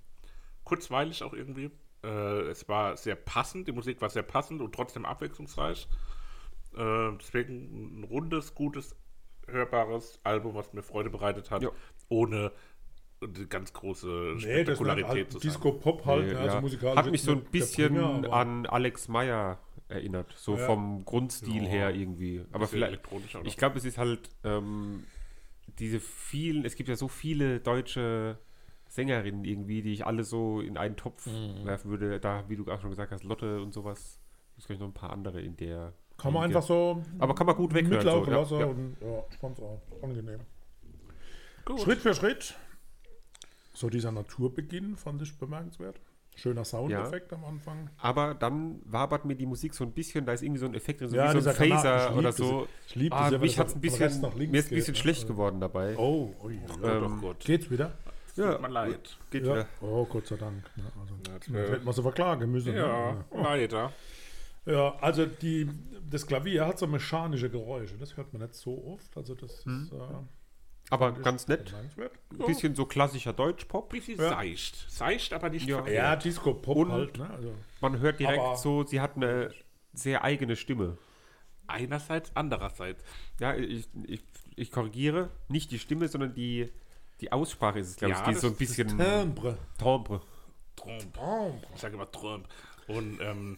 Speaker 1: kurzweilig auch irgendwie. Äh, es war sehr passend. Die Musik war sehr passend und trotzdem abwechslungsreich. Äh, deswegen ein rundes, gutes, hörbares Album, was mir Freude bereitet hat.
Speaker 3: Ja.
Speaker 1: Ohne die ganz große
Speaker 2: Nee, das war
Speaker 1: Spektakularität
Speaker 2: halt
Speaker 1: zu sein.
Speaker 2: Disco-Pop halt.
Speaker 3: Nee,
Speaker 2: ne, also
Speaker 3: Äh, ja.
Speaker 2: musikalisch
Speaker 3: Hat
Speaker 2: jetzt
Speaker 3: mich so ein
Speaker 2: nicht der
Speaker 3: bisschen
Speaker 2: Bringer, aber-
Speaker 3: an Alex Meyer erinnert, so
Speaker 2: Ja.
Speaker 3: vom Grundstil
Speaker 1: Ja.
Speaker 3: her irgendwie. Aber
Speaker 1: Bisschen
Speaker 3: vielleicht,
Speaker 1: elektronischer noch.
Speaker 3: ich glaube, es ist halt ähm, diese vielen, es gibt ja so viele deutsche Sängerinnen irgendwie, die ich alle so in einen Topf
Speaker 2: Mhm.
Speaker 3: werfen würde. Da, wie du auch schon gesagt hast, Lotte und sowas. Es gibt noch ein paar andere in der.
Speaker 2: Kann man
Speaker 3: Riege.
Speaker 2: einfach so
Speaker 3: Aber kann man gut weghören.
Speaker 2: mitlaufen
Speaker 3: So, ja,
Speaker 2: lassen.
Speaker 3: ja.
Speaker 2: Mhm. Und, ja, fand's auch angenehm.
Speaker 1: Gut.
Speaker 2: Schritt für Schritt. So dieser Naturbeginn fand ich bemerkenswert. Schöner Soundeffekt am Anfang.
Speaker 3: Aber dann wabert mir die Musik so ein bisschen, da ist irgendwie so ein Effekt drin, so wie so
Speaker 2: dieser
Speaker 3: ein
Speaker 2: Kanal- ich
Speaker 3: Phaser
Speaker 2: lieb
Speaker 3: oder
Speaker 2: das-
Speaker 3: so.
Speaker 2: ich lieb das
Speaker 3: ah,
Speaker 2: ja, wenn
Speaker 3: mich
Speaker 2: das
Speaker 3: hat's
Speaker 2: von
Speaker 3: ein
Speaker 2: rechts
Speaker 3: bisschen,
Speaker 2: nach links
Speaker 3: mir ist ein
Speaker 2: geht,
Speaker 3: bisschen
Speaker 2: ne?
Speaker 3: schlecht Äh, geworden dabei.
Speaker 2: Oh, ui,
Speaker 1: Oh,
Speaker 2: ja.
Speaker 3: ähm,
Speaker 1: doch gut.
Speaker 2: geht's wieder?
Speaker 1: Tut mir leid.
Speaker 3: Geht
Speaker 2: Ja.
Speaker 3: wieder.
Speaker 2: Oh, Gott sei Dank. Ja, also,
Speaker 1: das wär-
Speaker 2: dann hätten wir sie verklagen müssen.
Speaker 1: Ja,
Speaker 2: Ne?
Speaker 1: leider.
Speaker 2: ja also die, das Klavier hat so mechanische Geräusche. Das hört man nicht so oft. Also das ist äh,
Speaker 3: Aber Mhm. ganz nett.
Speaker 2: bemerkenswert.
Speaker 3: Ein bisschen so klassischer Deutschpop.
Speaker 1: Bisschen
Speaker 2: Ja.
Speaker 1: seicht. Seicht, aber nicht
Speaker 3: Ja.
Speaker 1: verkehrt.
Speaker 2: Ja, Disco-Pop
Speaker 3: Und-
Speaker 2: halt. Ne? Also,
Speaker 3: Man hört direkt
Speaker 2: Aber-
Speaker 3: so, sie hat eine sehr eigene Stimme.
Speaker 1: Einerseits, andererseits.
Speaker 3: Ja, ich, ich, ich korrigiere, nicht die Stimme, sondern die, die Aussprache ist es, glaube
Speaker 1: Ja,
Speaker 3: ich, die ist so ein
Speaker 1: das- das
Speaker 3: bisschen
Speaker 2: Timbre.
Speaker 3: Timbre.
Speaker 1: Trump. Ich sage immer Trump. Und ähm,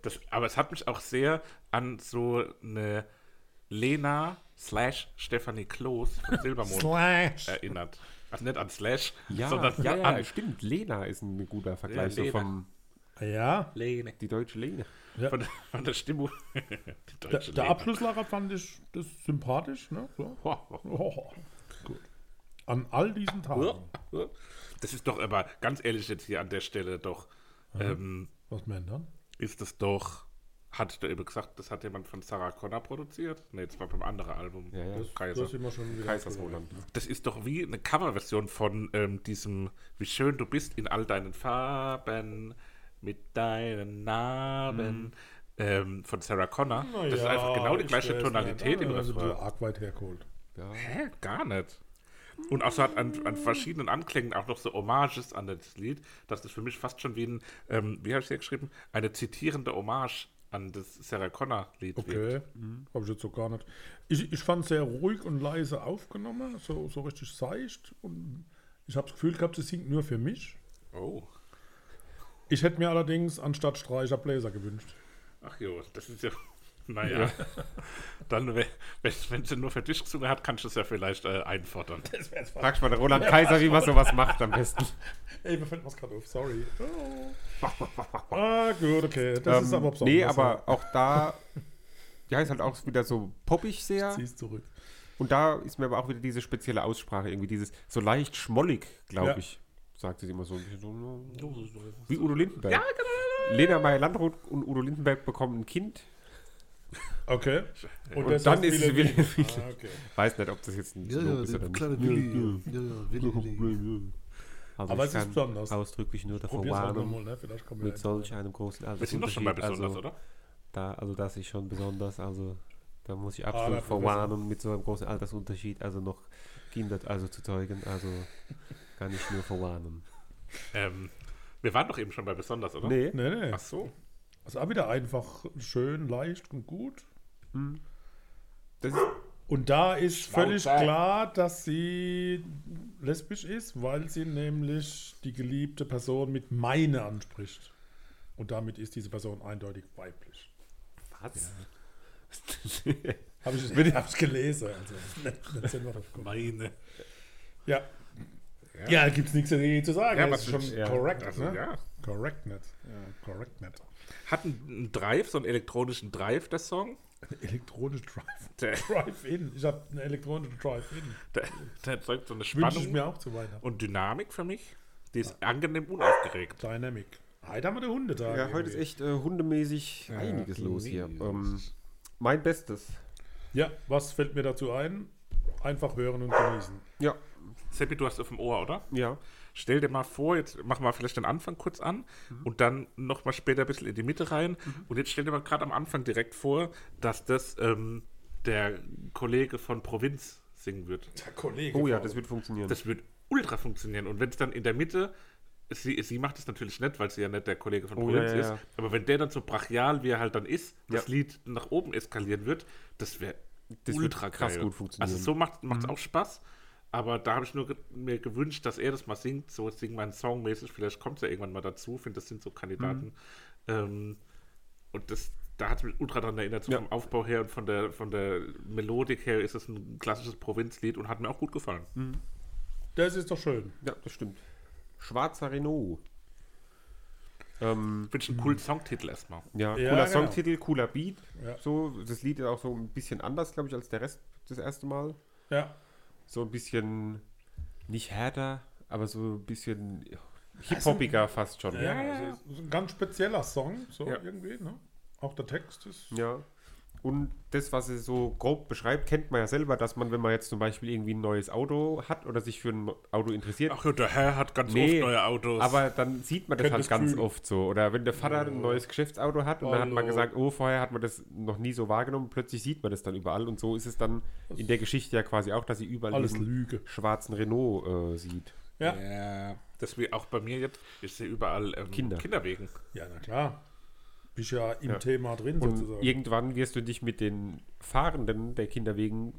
Speaker 1: das, aber es hat mich auch sehr an so eine Lena slash Stephanie Kloß von Silbermond
Speaker 2: Slash.
Speaker 1: erinnert. Also nicht an Slash,
Speaker 3: Ja,
Speaker 1: sondern
Speaker 3: ja,
Speaker 1: an
Speaker 3: stimmt. Lena ist ein guter Vergleich.
Speaker 1: Ja,
Speaker 3: so
Speaker 1: Lena.
Speaker 3: vom,
Speaker 2: Ja,
Speaker 1: Lene.
Speaker 3: die deutsche Lena.
Speaker 1: Von, der- von der Stimmung. Die
Speaker 2: der,
Speaker 1: deutsche
Speaker 2: der
Speaker 1: Lena.
Speaker 2: Abschlusslacher fand ich das sympathisch. Ne? So. Oh, gut. An all diesen Tagen.
Speaker 1: Das ist doch aber ganz ehrlich jetzt hier an der Stelle doch,
Speaker 3: Mhm.
Speaker 1: ähm,
Speaker 2: Was meint dann?
Speaker 1: ist es doch, hat der eben gesagt, das hat jemand von Sarah Connor produziert? Ne, das war beim anderen Album.
Speaker 3: Ja, ja.
Speaker 1: Kaiser.
Speaker 2: immer schon wieder.
Speaker 3: Kaisersroland.
Speaker 2: ne?
Speaker 1: Das ist doch wie eine Coverversion von ähm, diesem Wie schön du bist in all deinen Farben, mit deinen Narben ähm, von Sarah Connor.
Speaker 2: Mhm. Na
Speaker 1: das ist
Speaker 2: Ah, ja,
Speaker 1: einfach genau die
Speaker 2: ich
Speaker 1: gleiche
Speaker 2: weiß
Speaker 1: Tonalität
Speaker 2: nicht.
Speaker 1: im
Speaker 2: Ah, Also ein bisschen
Speaker 1: Refrain.
Speaker 2: arg weit hergeholt.
Speaker 1: Hä? Gar nicht. Und außer hat an, an verschiedenen Anklängen auch noch so Hommages an das Lied, dass das für mich fast schon wie ein, ähm, wie habe ich es hier geschrieben, eine zitierende Hommage an das Sarah Connor-Lied
Speaker 2: Okay,
Speaker 1: wirkt.
Speaker 2: habe ich jetzt so gar nicht. Ich, ich fand es sehr ruhig und leise aufgenommen, so, so richtig seicht. Und ich habe das Gefühl gehabt, sie singt nur für mich.
Speaker 1: Oh.
Speaker 2: Ich hätte mir allerdings anstatt Streicher Bläser gewünscht.
Speaker 1: Ach jo, das ist ja. Naja, dann, wenn, wenn sie nur für dich gesungen hat, kannst du es ja vielleicht äh, einfordern.
Speaker 2: Das wär's fast.
Speaker 3: Fragst mal den Roland Kaiser, wie man sowas macht am besten.
Speaker 2: Ey, wir finden was gerade auf, sorry. Oh. ah, gut, okay. Das ist
Speaker 3: Ähm,
Speaker 2: aber besonders. ne?
Speaker 3: Nee, aber auch da, ja, ist halt auch wieder so poppig sehr.
Speaker 2: Zieh's zurück.
Speaker 3: Und da ist mir aber auch wieder diese spezielle Aussprache, irgendwie dieses so leicht schmollig, glaube
Speaker 2: Ja.
Speaker 3: ich, sagt sie immer so. ein bisschen so. Wie Udo Lindenberg. Ja, genau. Lena Meyer-Landrut und Udo Lindenberg bekommen ein Kind.
Speaker 2: Okay. Und,
Speaker 3: dann
Speaker 2: heißt
Speaker 3: ist es
Speaker 2: Wilhelm.
Speaker 3: wieder- wieder-
Speaker 2: Ah, okay.
Speaker 3: Weiß nicht, ob das jetzt ein
Speaker 4: Ja, ja,
Speaker 3: Lob ist
Speaker 4: der
Speaker 3: oder nicht.
Speaker 4: kleine Willi. Ja, ja, Willi.
Speaker 3: Also
Speaker 2: Aber es
Speaker 3: ich
Speaker 2: ist
Speaker 3: kann
Speaker 2: besonders.
Speaker 3: Ausdrücklich nur davor
Speaker 2: Probier's auch
Speaker 3: warnen,
Speaker 2: nochmal, ne? Vielleicht kommen wir
Speaker 3: mit solch einem großen also
Speaker 1: Wir sind doch schon mal
Speaker 3: Unterschied,
Speaker 1: besonders,
Speaker 3: also,
Speaker 1: oder?
Speaker 3: Da, also das ist schon besonders, also da muss ich
Speaker 2: Ah,
Speaker 3: absolut
Speaker 2: dafür
Speaker 3: verwarnen mit so einem großen Altersunterschied, also noch Kinder also zu zeugen, also kann ich nur verwarnen.
Speaker 1: Ähm, wir waren doch eben schon bei besonders, oder?
Speaker 3: Nee,
Speaker 2: Nee, nee.
Speaker 1: Ach so.
Speaker 2: Also auch wieder einfach schön, leicht und gut.
Speaker 3: das ist,
Speaker 2: Und da ist völlig klar, dass sie lesbisch ist, weil sie nämlich die geliebte Person mit meine anspricht. Und damit ist diese Person eindeutig weiblich.
Speaker 3: was?
Speaker 2: Habe ich, hab ich gelesen. Also, nicht- nicht selber drauf gekommen.
Speaker 1: Meine.
Speaker 2: ja. Ja, gibt es nichts dagegen zu sagen.
Speaker 1: Ja,
Speaker 2: das
Speaker 1: was
Speaker 2: ist schon
Speaker 1: willst- ja.
Speaker 2: korrekt.
Speaker 1: Also,
Speaker 2: ne?
Speaker 1: ja.
Speaker 2: Korrekt nicht. Ja, korrekt nicht.
Speaker 1: Hat ein, ein Drive, so einen elektronischen Drive, der Song?
Speaker 2: Elektronische Drive.
Speaker 1: Der,
Speaker 2: Drive-In. Ich habe eine elektronische Drive-In.
Speaker 1: der, der erzeugt so eine
Speaker 2: Wünsche ich
Speaker 1: Spannung
Speaker 2: mir auch zu Weihnachten.
Speaker 1: und Dynamik für mich. Die ist angenehm unaufgeregt.
Speaker 2: Dynamic. Heute haben wir eine Hunde da.
Speaker 3: Ja, heute ist echt äh, hundemäßig einiges los hier. Ähm, mein Bestes.
Speaker 2: Ja, was fällt mir dazu ein? Einfach hören und genießen.
Speaker 3: Ja,
Speaker 1: Seppi, du hast auf dem Ohr, oder?
Speaker 3: ja.
Speaker 1: Stell dir mal vor, jetzt machen wir vielleicht den Anfang kurz an und dann nochmal später ein bisschen in die Mitte rein. Und jetzt stell dir mal gerade am Anfang direkt vor, dass das ähm, der Kollege von Provinz singen wird.
Speaker 2: Der Kollege.
Speaker 3: Oh ja, das wird funktionieren.
Speaker 1: Das wird ultra funktionieren. Und wenn es dann in der Mitte, sie, sie macht es natürlich nicht, weil sie ja nicht der Kollege von
Speaker 3: Oh,
Speaker 1: Provinz
Speaker 3: ja, ja, ja.
Speaker 1: ist, aber wenn der dann so brachial, wie er halt dann ist, das
Speaker 3: Ja.
Speaker 1: Lied nach oben eskalieren wird, das wäre
Speaker 3: Das wird
Speaker 1: ultra
Speaker 3: krass
Speaker 1: geil.
Speaker 3: gut funktionieren. Mhm.
Speaker 1: Also so macht es auch Spaß. Aber da habe ich nur ge mir gewünscht, dass er das mal singt, so sing meinen Song mäßig. Vielleicht kommt es ja irgendwann mal dazu. Ich finde, das sind so Kandidaten.
Speaker 3: Mhm.
Speaker 1: Ähm, und das, da hat es mich ultra daran erinnert, so
Speaker 3: Ja.
Speaker 1: vom Aufbau her und von der, von der Melodik her ist es ein klassisches Provinzlied und hat mir auch gut gefallen.
Speaker 2: Das ist doch schön.
Speaker 3: ja, das stimmt. Schwarzer Renault. Ähm,
Speaker 1: Finde ich einen coolen Songtitel erstmal.
Speaker 3: ja,
Speaker 2: Ja,
Speaker 3: cooler
Speaker 2: genau.
Speaker 3: Songtitel, cooler Beat.
Speaker 2: Ja.
Speaker 3: So, das Lied ist auch so ein bisschen anders, glaube ich, als der Rest das erste Mal.
Speaker 2: Ja.
Speaker 3: So ein bisschen nicht härter, aber so ein bisschen hip-hoppiger fast schon.
Speaker 2: Also ja, Also, es ist ein ganz spezieller Song, so
Speaker 3: Ja.
Speaker 2: irgendwie, ne? Auch der Text ist.
Speaker 3: Ja. Und das, was es so grob beschreibt, kennt man ja selber, dass man, wenn man jetzt zum Beispiel irgendwie ein neues Auto hat oder sich für ein Auto interessiert,
Speaker 1: ja, der Herr hat ganz
Speaker 3: aber dann sieht man das
Speaker 2: Kennt
Speaker 3: halt
Speaker 2: das
Speaker 3: ganz
Speaker 2: Gefühl.
Speaker 3: oft so. Oder wenn der Vater ein neues Geschäftsauto hat und dann hat man
Speaker 2: Oh. Hallo.
Speaker 3: gesagt, oh, vorher hat man das noch nie so wahrgenommen, plötzlich sieht man das dann überall. Und so ist es dann in der Geschichte ja quasi auch, dass sie überall
Speaker 2: Alles
Speaker 3: diesen
Speaker 2: Lüge.
Speaker 3: schwarzen Renault äh, sieht.
Speaker 2: Ja. ja.
Speaker 1: ja, das wie auch bei mir jetzt, ich sehe überall ähm,
Speaker 3: Kinder.
Speaker 1: Kinderwegen.
Speaker 2: na klar. Bist ja im Thema drin sozusagen.
Speaker 3: Und irgendwann wirst du dich mit den Fahrenden der Kinder wegen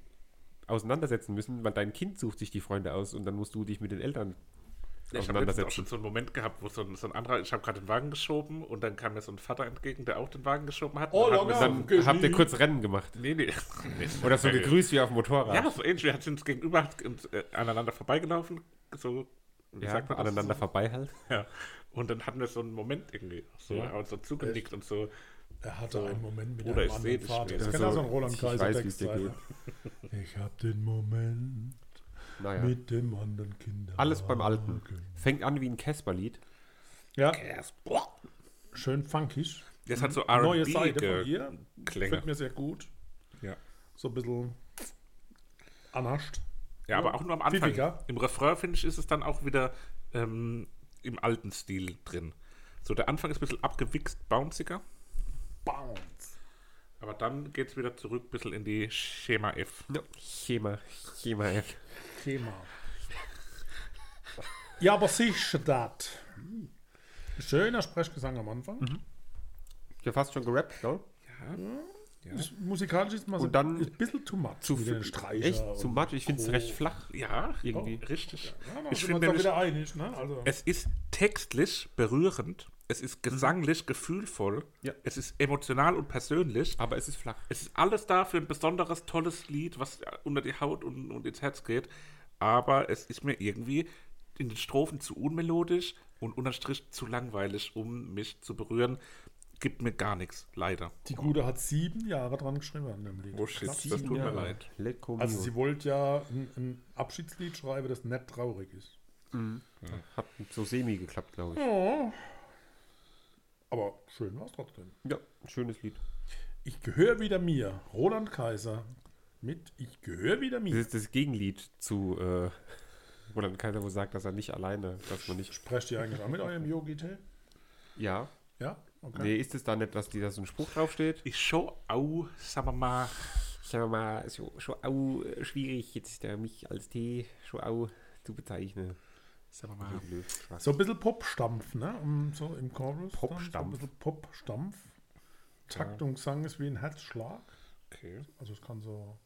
Speaker 3: auseinandersetzen müssen, weil dein Kind sucht sich die Freunde aus und dann musst du dich mit den
Speaker 1: Ich
Speaker 3: Eltern
Speaker 1: habe letztens auch
Speaker 3: auseinandersetzen.
Speaker 1: schon so einen Moment gehabt, wo so ein, so ein anderer, ich habe gerade den Wagen geschoben und dann kam mir so ein Vater entgegen, der auch den Wagen geschoben hat.
Speaker 2: Oh,
Speaker 1: Und hat
Speaker 2: locker.
Speaker 1: mir so,
Speaker 3: Dann
Speaker 2: Genie.
Speaker 3: habt ihr kurz Rennen gemacht.
Speaker 1: nee, nee.
Speaker 3: Oder so gegrüßt wie auf dem Motorrad.
Speaker 1: Ja, so ähnlich. Wir hatten uns gegenüber, hat uns, äh, aneinander vorbeigelaufen, so, wie
Speaker 3: Ja,
Speaker 1: das?
Speaker 3: aneinander vorbei halt.
Speaker 1: Ja. Und dann hatten wir so einen Moment irgendwie, so,
Speaker 2: Ja.
Speaker 1: und so zugenickt und so.
Speaker 2: er hatte einen Moment mit
Speaker 1: Oder
Speaker 2: einem
Speaker 1: ich
Speaker 2: anderen
Speaker 1: seh dich
Speaker 2: Vater.
Speaker 1: nicht.
Speaker 2: Das
Speaker 3: Also,
Speaker 2: kann auch so ein Roland
Speaker 3: ich weiß, wie es
Speaker 2: Kaiser-Text
Speaker 3: dir
Speaker 2: sein. ne? Ich hab den Moment
Speaker 3: Naja.
Speaker 2: mit Ah, dem anderen Kind.
Speaker 3: Alles beim Alten. Fängt an wie ein Casper-Lied.
Speaker 2: Ja,
Speaker 1: Boah.
Speaker 2: schön funkig.
Speaker 1: Das hat so
Speaker 2: Neue Seite von
Speaker 1: R&B
Speaker 2: ihr. Fällt
Speaker 1: Klänge.
Speaker 2: mir sehr gut.
Speaker 1: Ja.
Speaker 2: So ein bisschen anhascht.
Speaker 1: Ja, aber auch nur am Anfang.
Speaker 2: Pfiffiger.
Speaker 1: Im Refrain, finde ich, ist es dann auch wieder ähm, im alten Stil drin. So, der Anfang ist ein bisschen abgewichst, bounciger,
Speaker 2: Bounce.
Speaker 1: aber dann geht es wieder zurück ein bisschen in die Schema F.
Speaker 3: Chema, Chema F.
Speaker 2: Thema. Ja, aber sicher das. Schöner Sprechgesang am Anfang.
Speaker 3: Ja, fast schon gerappt, ne? gell?
Speaker 2: Das musikalisch ist mal so
Speaker 3: Und dann
Speaker 2: ein bisschen too much.
Speaker 3: Zu
Speaker 2: mit den
Speaker 3: viel-
Speaker 2: Streicher
Speaker 3: Echt?
Speaker 2: und-
Speaker 3: Zu much. Ich finde es recht flach.
Speaker 1: Ja,
Speaker 3: Irgendwie.
Speaker 1: richtig.
Speaker 2: oh. Ja, da
Speaker 1: ich
Speaker 2: sind wir
Speaker 1: finde
Speaker 2: uns doch
Speaker 1: nämlich,
Speaker 2: wieder einig, ne? Also,
Speaker 1: es ist textlich berührend, es
Speaker 2: Mhm.
Speaker 1: ist gesanglich gefühlvoll,
Speaker 3: Ja.
Speaker 1: es ist emotional und persönlich.
Speaker 3: Aber es ist flach.
Speaker 1: Es ist alles da für ein besonderes, tolles Lied, was unter die Haut und, und ins Herz geht. Aber es ist mir irgendwie in den Strophen zu unmelodisch und unterm Strich zu langweilig, um mich zu berühren. Gibt mir gar nichts, leider.
Speaker 2: Die Gute hat sieben Jahre dran geschrieben an dem Lied.
Speaker 1: Oh shit,
Speaker 2: Knapp
Speaker 1: das
Speaker 2: sieben
Speaker 1: tut mir
Speaker 2: Jahre.
Speaker 1: leid.
Speaker 3: Lecco
Speaker 2: Also
Speaker 3: mio.
Speaker 2: sie wollte ja ein, ein Abschiedslied schreiben, das nicht traurig ist.
Speaker 3: Hat so semi geklappt, glaube ich.
Speaker 2: Aber schön war es trotzdem.
Speaker 3: Ja, ein schönes Lied.
Speaker 2: Ich gehöre wieder mir. Roland Kaiser mit Ich gehöre wieder
Speaker 3: Das
Speaker 2: mir.
Speaker 3: ist das Gegenlied zu äh, Roland Kaiser, wo sagt, dass er nicht alleine, dass man nicht.
Speaker 2: Sprecht ihr eigentlich auch mit eurem Yogi Tee?
Speaker 3: Ja.
Speaker 2: Ja? Okay.
Speaker 3: Nee, ist es da nicht, dass die, da so ein Spruch draufsteht?
Speaker 1: Ich schau au, sagen wir mal,
Speaker 3: Sagen wir mal, so, schon au äh, schwierig, jetzt der mich als T schon au zu bezeichnen.
Speaker 1: sagen wir mal,
Speaker 2: So ein bisschen Popstampf, ne? Um, so im Chorus. dann, So ein
Speaker 3: Popstampf.
Speaker 2: bisschen Popstampf. Takt und Gesang ist wie ein Herzschlag.
Speaker 1: okay,
Speaker 2: Also es kann so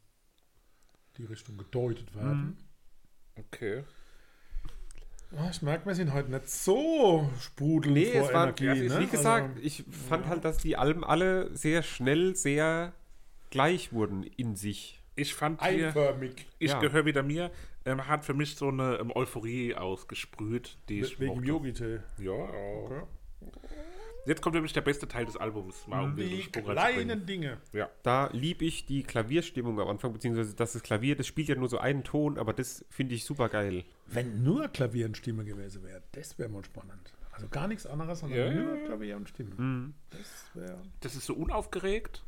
Speaker 2: die Richtung gedeutet werden.
Speaker 1: okay.
Speaker 2: Ah, ich merke, wir sind heute nicht so sprudelnd
Speaker 3: Hm. Nee,
Speaker 2: vor
Speaker 3: es war,
Speaker 2: Energie.
Speaker 3: also,
Speaker 2: ne?
Speaker 3: wie gesagt,
Speaker 2: Also,
Speaker 3: ich fand halt, dass die Alben alle sehr schnell, sehr gleich wurden in sich.
Speaker 1: Ich fand hier,
Speaker 2: einförmig.
Speaker 1: ich
Speaker 3: Ja.
Speaker 1: gehöre wieder mir, ähm, hat für mich so eine ähm, Euphorie ausgesprüht, die ich
Speaker 2: Wegen dem
Speaker 1: mochte.
Speaker 2: Yogi Tee.
Speaker 1: Ja, Jetzt kommt nämlich der beste Teil des Albums, mal um diesen
Speaker 2: Die
Speaker 1: Sprung reinzubringen.
Speaker 2: kleinen Dinge.
Speaker 1: Ja.
Speaker 3: Da lieb ich die Klavierstimmung am Anfang, beziehungsweise dass das Klavier, das spielt ja nur so einen Ton, aber das finde ich super geil.
Speaker 2: Wenn nur Klavier und Stimme gewesen wäre, das wäre mal spannend. Also gar nichts anderes, sondern
Speaker 1: Ja,
Speaker 2: nur
Speaker 1: ja, ja.
Speaker 2: Klavier und Stimme.
Speaker 3: Mhm.
Speaker 2: Das wäre.
Speaker 1: Das ist so unaufgeregt,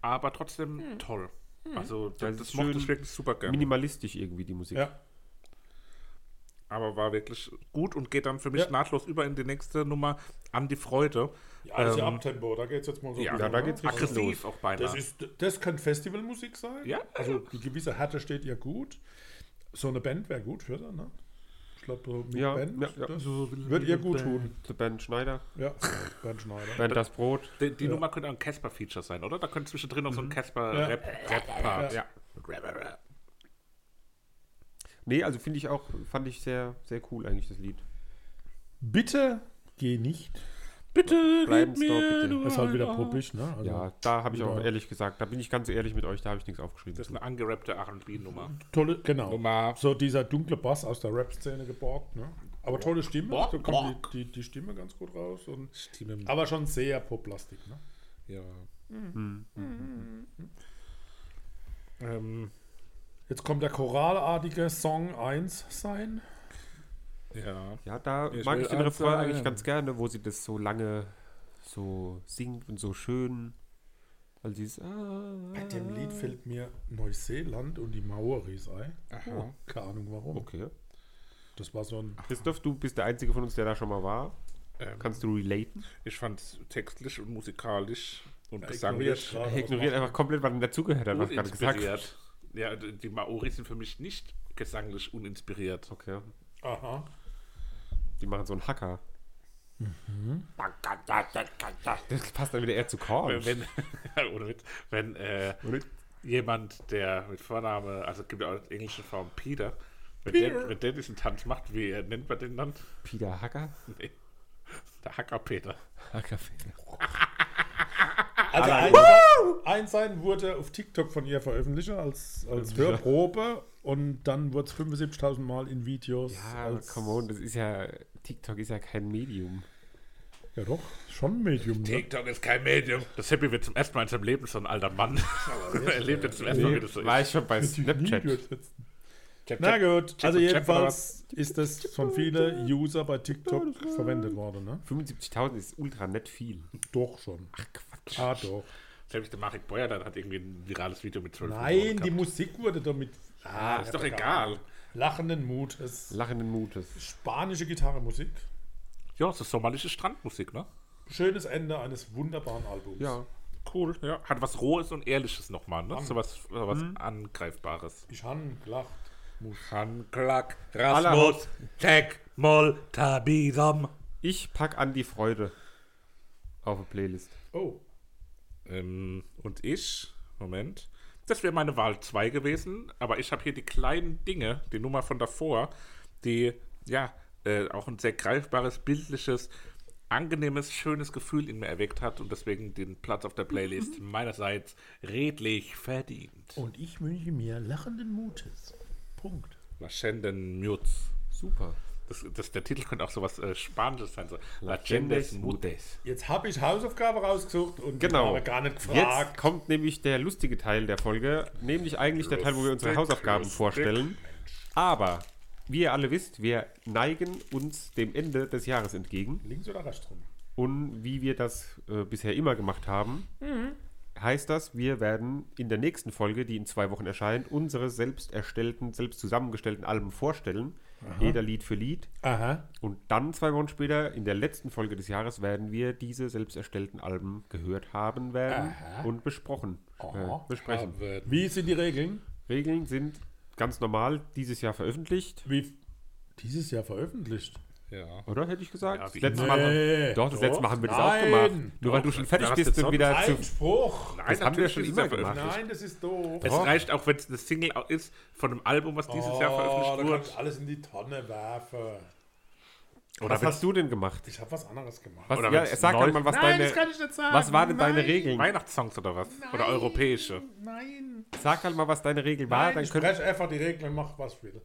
Speaker 1: aber trotzdem toll. Also das,
Speaker 3: ist
Speaker 1: das mochte ich
Speaker 3: schön
Speaker 1: wirklich super gerne.
Speaker 3: Minimalistisch irgendwie die Musik.
Speaker 2: Ja.
Speaker 1: aber war wirklich gut und geht dann für mich
Speaker 2: Ja.
Speaker 1: nahtlos über in die nächste Nummer an die Freude.
Speaker 2: Ja, das ist ja
Speaker 1: Ähm,
Speaker 2: also Abtempo, da geht's jetzt mal so.
Speaker 1: ja,
Speaker 2: ein bisschen,
Speaker 3: da
Speaker 2: ne?
Speaker 3: geht's richtig
Speaker 1: aggressiv auch beinahe.
Speaker 2: Das, ist, das kann Festivalmusik sein.
Speaker 1: Ja.
Speaker 2: Also die gewisse Härte steht ihr gut. So eine Band wäre gut für sie, ne? Ich glaube, so mit
Speaker 3: Ja,
Speaker 2: Band,
Speaker 3: ja, ja.
Speaker 2: das wird ihr gut tun.
Speaker 3: Zu Bernd Schneider,
Speaker 2: Ja, Bernd Schneider.
Speaker 3: Bernd das Brot.
Speaker 1: die die Nummer könnte auch ein Casper-Feature sein, oder? Da könnte zwischendrin noch so ein
Speaker 2: Ja.
Speaker 1: Casper-Rap-Part.
Speaker 2: Ja.
Speaker 1: Ja.
Speaker 3: Nee, also finde ich auch, fand ich sehr, sehr cool eigentlich das Lied.
Speaker 2: Bitte geh nicht.
Speaker 1: Bitte,
Speaker 3: Bleiben
Speaker 1: gib
Speaker 3: Sie doch bitte.
Speaker 1: mir nur
Speaker 2: Das ist halt wieder
Speaker 1: ein-
Speaker 2: poppig, ne? Also,
Speaker 3: Ja, da habe ich auch
Speaker 2: Ja.
Speaker 3: ehrlich gesagt, da bin ich ganz ehrlich mit euch, da habe ich nichts aufgeschrieben.
Speaker 1: Das ist eine angerappte R&B-Nummer.
Speaker 2: Tolle, genau.
Speaker 1: Nummer-
Speaker 2: So dieser dunkle Bass aus der Rap-Szene geborgt, ne? Aber tolle Stimme.
Speaker 1: Borg,
Speaker 2: da kommt
Speaker 1: Borg.
Speaker 2: die, die, die Stimme ganz gut raus. Und,
Speaker 1: Stimme.
Speaker 2: aber schon sehr poplastik, ne?
Speaker 1: Ja. Ähm,
Speaker 2: Jetzt kommt der choralartige Song 1 sein.
Speaker 1: ja.
Speaker 3: Ja, da
Speaker 1: Ich
Speaker 3: mag
Speaker 1: will
Speaker 3: ich den
Speaker 1: eins
Speaker 3: Refrain
Speaker 1: sagen.
Speaker 3: eigentlich ganz gerne, wo sie das so lange so singt und so schön. Also dieses ah,
Speaker 2: Bei dem Lied fällt mir Neuseeland und die Maoris ein. Oh,
Speaker 1: Aha.
Speaker 2: Keine Ahnung warum.
Speaker 3: Okay.
Speaker 2: Das war so ein.
Speaker 3: Christoph, du bist der Einzige von uns, der da schon mal war.
Speaker 1: Ähm,
Speaker 3: Kannst du relaten?
Speaker 1: ich fand es textlich und musikalisch und
Speaker 2: Ignoriert
Speaker 1: gesanglich
Speaker 2: gerade,
Speaker 3: Er
Speaker 2: was
Speaker 3: ignoriert einfach komplett, weil er dazugehört hat, was gerade gesagt hat.
Speaker 1: uninspiriert. Ja, d- die Maoris sind für mich nicht gesanglich uninspiriert.
Speaker 3: Okay.
Speaker 2: macht- Aha.
Speaker 3: Die machen so einen Hacker. Das passt dann wieder eher zu Korn.
Speaker 1: Wenn, Oh, wenn, ohne Witz, wenn äh, jemand, der mit Vorname, also gibt ja auch in englischen Form Peter, wenn der, wenn der diesen Tanz macht, wie äh, nennt man den dann?
Speaker 3: Peter Hacker?
Speaker 1: Nee. Der Hacker Peter.
Speaker 3: Hacker Peter.
Speaker 2: Also ein, ein sein wurde auf TikTok von ihr veröffentlicht als, als Hörprobe und dann wurde es 75.000 Mal in Videos.
Speaker 3: Ja,
Speaker 2: als,
Speaker 3: come on, das ist ja. TikTok ist ja kein Medium.
Speaker 2: Ja doch, schon ein Medium. Ne?
Speaker 1: TikTok ist kein Medium. Das Happy wird zum ersten Mal in seinem Leben so ein alter Mann. er lebt jetzt zum ersten Mal, wie das so
Speaker 3: War ich schon bei Snapchat.
Speaker 2: Nie durchsetzen. Na gut, also
Speaker 1: Chip,
Speaker 2: jedenfalls ist das von vielen User bei TikTok verwendet worden, ne?
Speaker 3: 75.000 ist ultra nett viel.
Speaker 2: Doch schon. Ach Quatsch. Ah doch.
Speaker 1: Selbst der Marek Beuer dann hat irgendwie ein virales Video mit 12
Speaker 2: Nein, die
Speaker 1: Millionen
Speaker 2: Musik wurde damit. Ah,
Speaker 1: gehabt. Ist doch egal.
Speaker 2: Lachenden Mutes.
Speaker 3: Lachenden Mutes.
Speaker 2: Spanische Gitarrenmusik.
Speaker 1: Ja, so sommerliche Strandmusik, ne?
Speaker 2: Schönes Ende eines wunderbaren Albums.
Speaker 3: Ja.
Speaker 1: Cool, ja. Hat was Rohes und Ehrliches nochmal, ne? So was, so was Angreifbares.
Speaker 2: Ich habe gelacht.
Speaker 1: Hanklack,
Speaker 3: Rasmus,
Speaker 1: Tech, Moll, Tabidam.
Speaker 3: Ich pack an die Freude auf eine Playlist.
Speaker 2: Oh,
Speaker 1: Ähm, und ich, Moment, das wäre meine Wahl 2 gewesen, aber ich habe hier die kleinen Dinge, die Nummer von davor, die, ja, äh, auch ein sehr greifbares, bildliches, angenehmes, schönes Gefühl in mir erweckt hat und deswegen den Platz auf der Playlist
Speaker 3: Mhm.
Speaker 1: meinerseits redlich verdient.
Speaker 3: Oh.
Speaker 2: Und ich wünsche mir lachenden Mutes. Punkt.
Speaker 1: La Schenden Mutz.
Speaker 3: Super.
Speaker 1: Das, das, der Titel könnte auch sowas äh, Spanisches sein. So. La Gendes Mutes.
Speaker 2: Jetzt habe ich Hausaufgabe rausgesucht und
Speaker 3: Genau.
Speaker 2: habe gar nicht
Speaker 3: Jetzt
Speaker 2: gefragt.
Speaker 3: kommt nämlich der lustige Teil der Folge, nämlich eigentlich der Teil, wo wir unsere
Speaker 1: Lustig,
Speaker 3: Hausaufgaben
Speaker 1: lustig.
Speaker 3: vorstellen. Aber, wie ihr alle wisst, wir neigen uns dem Ende des Jahres entgegen.
Speaker 2: Links oder rechts rum?
Speaker 3: Und wie wir das äh, bisher immer gemacht haben,
Speaker 1: Mhm.
Speaker 3: heißt das, wir werden in der nächsten Folge, die in zwei Wochen erscheint, unsere selbst erstellten, selbst zusammengestellten Alben vorstellen. Jeder Lied für Lied.
Speaker 2: Aha.
Speaker 3: Und dann zwei Wochen später, in der letzten Folge des Jahres, werden wir diese selbst erstellten Alben gehört haben werden und besprochen. Äh, besprechen.
Speaker 2: Wie sind die Regeln?
Speaker 3: Regeln sind ganz normal dieses Jahr veröffentlicht.
Speaker 2: Wie dieses Jahr veröffentlicht.
Speaker 1: Ja.
Speaker 3: Oder hätte ich gesagt?
Speaker 1: Ja,
Speaker 3: das
Speaker 1: wie-
Speaker 3: letzte
Speaker 2: Nee.
Speaker 3: Mal, doch, das
Speaker 2: Doch.
Speaker 3: letzte Mal haben wir das
Speaker 2: Nein.
Speaker 3: auch gemacht. Nur weil du
Speaker 1: Doch.
Speaker 3: schon fertig
Speaker 1: Ja, was
Speaker 3: bist
Speaker 1: denn
Speaker 3: und wieder zu.
Speaker 2: Einspruch!
Speaker 1: Nein,
Speaker 3: Also, Das haben wir
Speaker 1: natürlich
Speaker 3: schon
Speaker 1: dieses Jahr
Speaker 3: immer gemacht.
Speaker 1: veröffentlicht.
Speaker 2: Nein, das ist doof.
Speaker 1: Es reicht auch, wenn es eine Single au- ist von einem Album, was dieses Jahr
Speaker 2: oh, da
Speaker 1: veröffentlicht
Speaker 2: kann ich
Speaker 1: wurde.
Speaker 2: alles in die Tonne werfen.
Speaker 3: Was hast du denn gemacht?
Speaker 2: Ich habe was anderes gemacht.
Speaker 3: Was,
Speaker 1: Oder
Speaker 3: ja,
Speaker 1: wenn's
Speaker 3: sag
Speaker 1: neu-
Speaker 3: doch mal, was deine,
Speaker 2: ich nicht sagen.
Speaker 3: was waren denn deine Regeln?
Speaker 1: Weihnachtssongs oder was? Oder europäische?
Speaker 2: Nein.
Speaker 3: Sag halt mal, was deine Regel war,
Speaker 2: Nein,
Speaker 3: dann
Speaker 2: ich
Speaker 3: können
Speaker 2: spreche einfach die Regeln, mach was ich will.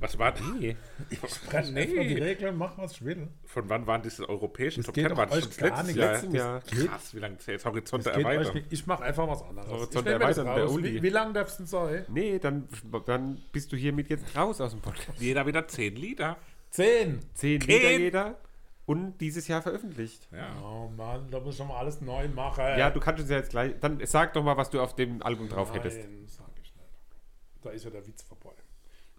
Speaker 1: Was war die?
Speaker 2: Spreche einfach die Regeln, mach was ich will.
Speaker 1: Von wann waren diese europäischen
Speaker 2: Das geht doch
Speaker 1: War das
Speaker 2: euch
Speaker 1: schon das
Speaker 2: gar
Speaker 1: letztes
Speaker 2: nicht.
Speaker 1: Jahr?
Speaker 3: letzten Jahr.
Speaker 2: Geht,
Speaker 1: Krass, wie lange ist jetzt Horizonte
Speaker 2: geht euch
Speaker 1: erweitern?
Speaker 2: nicht. Ich mach einfach was anderes. ich
Speaker 3: Horizont
Speaker 2: nehm mir das
Speaker 3: erweitern, der
Speaker 2: raus.
Speaker 3: Uli.
Speaker 2: Wie, wie lang darfst du denn sein?
Speaker 3: Nee, dann, dann bist du hiermit jetzt raus aus dem Podcast.
Speaker 1: Jeder wieder zehn Lieder.
Speaker 2: Zehn.
Speaker 3: Zehn
Speaker 1: Kein-
Speaker 3: Lieder jeder und dieses Jahr veröffentlicht.
Speaker 1: Ja.
Speaker 2: Oh Mann, da muss ich schon mal alles neu machen.
Speaker 3: Ja, du kannst uns ja jetzt gleich. Dann sag doch mal, was du auf dem Album drauf hättest.
Speaker 2: Nein, sag ich nicht. Da ist ja der Witz vorbei.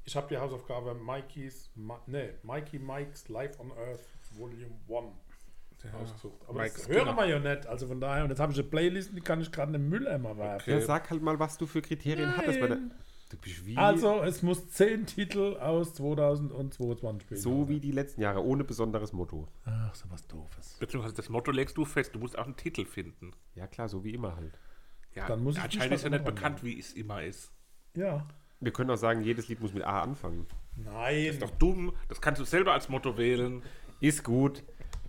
Speaker 2: Ich habe die Hausaufgabe Mikey's, Ma, nee, Mikey Mike's Life on Earth Volume 1 ausgesucht. Aber
Speaker 1: Mike's
Speaker 2: das hören
Speaker 1: Killer.
Speaker 2: wir ja nicht, also von daher. Und jetzt habe ich eine Playlist, die kann ich gerade in den Mülleimer werfen.
Speaker 3: Ja, sag halt mal, was du für Kriterien hattest. Bei der,
Speaker 2: Nein.
Speaker 3: du bist wie,
Speaker 2: Also, es muss 10 Titel aus 2022 spielen.
Speaker 3: so wie die letzten Jahre, ohne besonderes Motto.
Speaker 2: Ach, so was Doofes.
Speaker 1: Beziehungsweise das Motto legst du fest, du musst auch einen Titel finden.
Speaker 3: Ja klar, so wie immer halt.
Speaker 1: Ja,
Speaker 2: Dann muss ich
Speaker 1: anscheinend
Speaker 2: mich
Speaker 1: ist ja
Speaker 2: was
Speaker 1: nicht
Speaker 2: ändern.
Speaker 1: bekannt, wie es immer ist.
Speaker 2: Ja.
Speaker 3: Wir können auch sagen, jedes Lied muss mit A anfangen.
Speaker 2: Nein.
Speaker 1: Doch dumm, das kannst du selber als Motto wählen.
Speaker 3: Ist gut.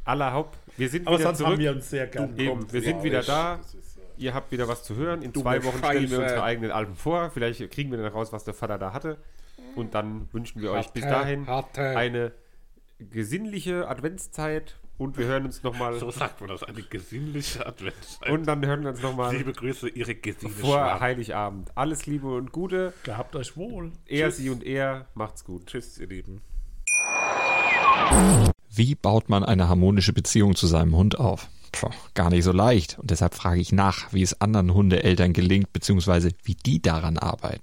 Speaker 3: Aller Haupt. Wir sind
Speaker 2: Aber
Speaker 3: wieder
Speaker 2: sonst
Speaker 3: zurück.
Speaker 2: haben wir uns sehr gern.
Speaker 3: Eben, wir sind wieder da. Ihr habt wieder was zu hören. In
Speaker 1: Dumme
Speaker 3: zwei Wochen stellen wir
Speaker 1: Scheiße.
Speaker 3: unsere eigenen Alben vor. Vielleicht kriegen wir dann raus, was der Vater da hatte. Und dann wünschen wir euch bis
Speaker 1: Hatte,
Speaker 3: dahin
Speaker 1: hatte.
Speaker 3: eine gesinnliche Adventszeit. Und wir hören uns nochmal.
Speaker 1: So sagt man das, eine gesinnliche Adventszeit.
Speaker 3: Und dann hören wir uns nochmal
Speaker 1: Liebe Grüße, ihre Gesine
Speaker 3: vor
Speaker 1: Schwarz.
Speaker 3: Heiligabend. Alles Liebe und Gute.
Speaker 2: Gehabt euch wohl.
Speaker 3: Er, sie und er. Macht's gut.
Speaker 1: Tschüss, ihr Lieben.
Speaker 7: Wie baut man eine harmonische Beziehung zu seinem Hund auf? Puh, gar nicht so leicht. Und deshalb frage ich nach, wie es anderen Hundeeltern gelingt, beziehungsweise wie die daran arbeiten.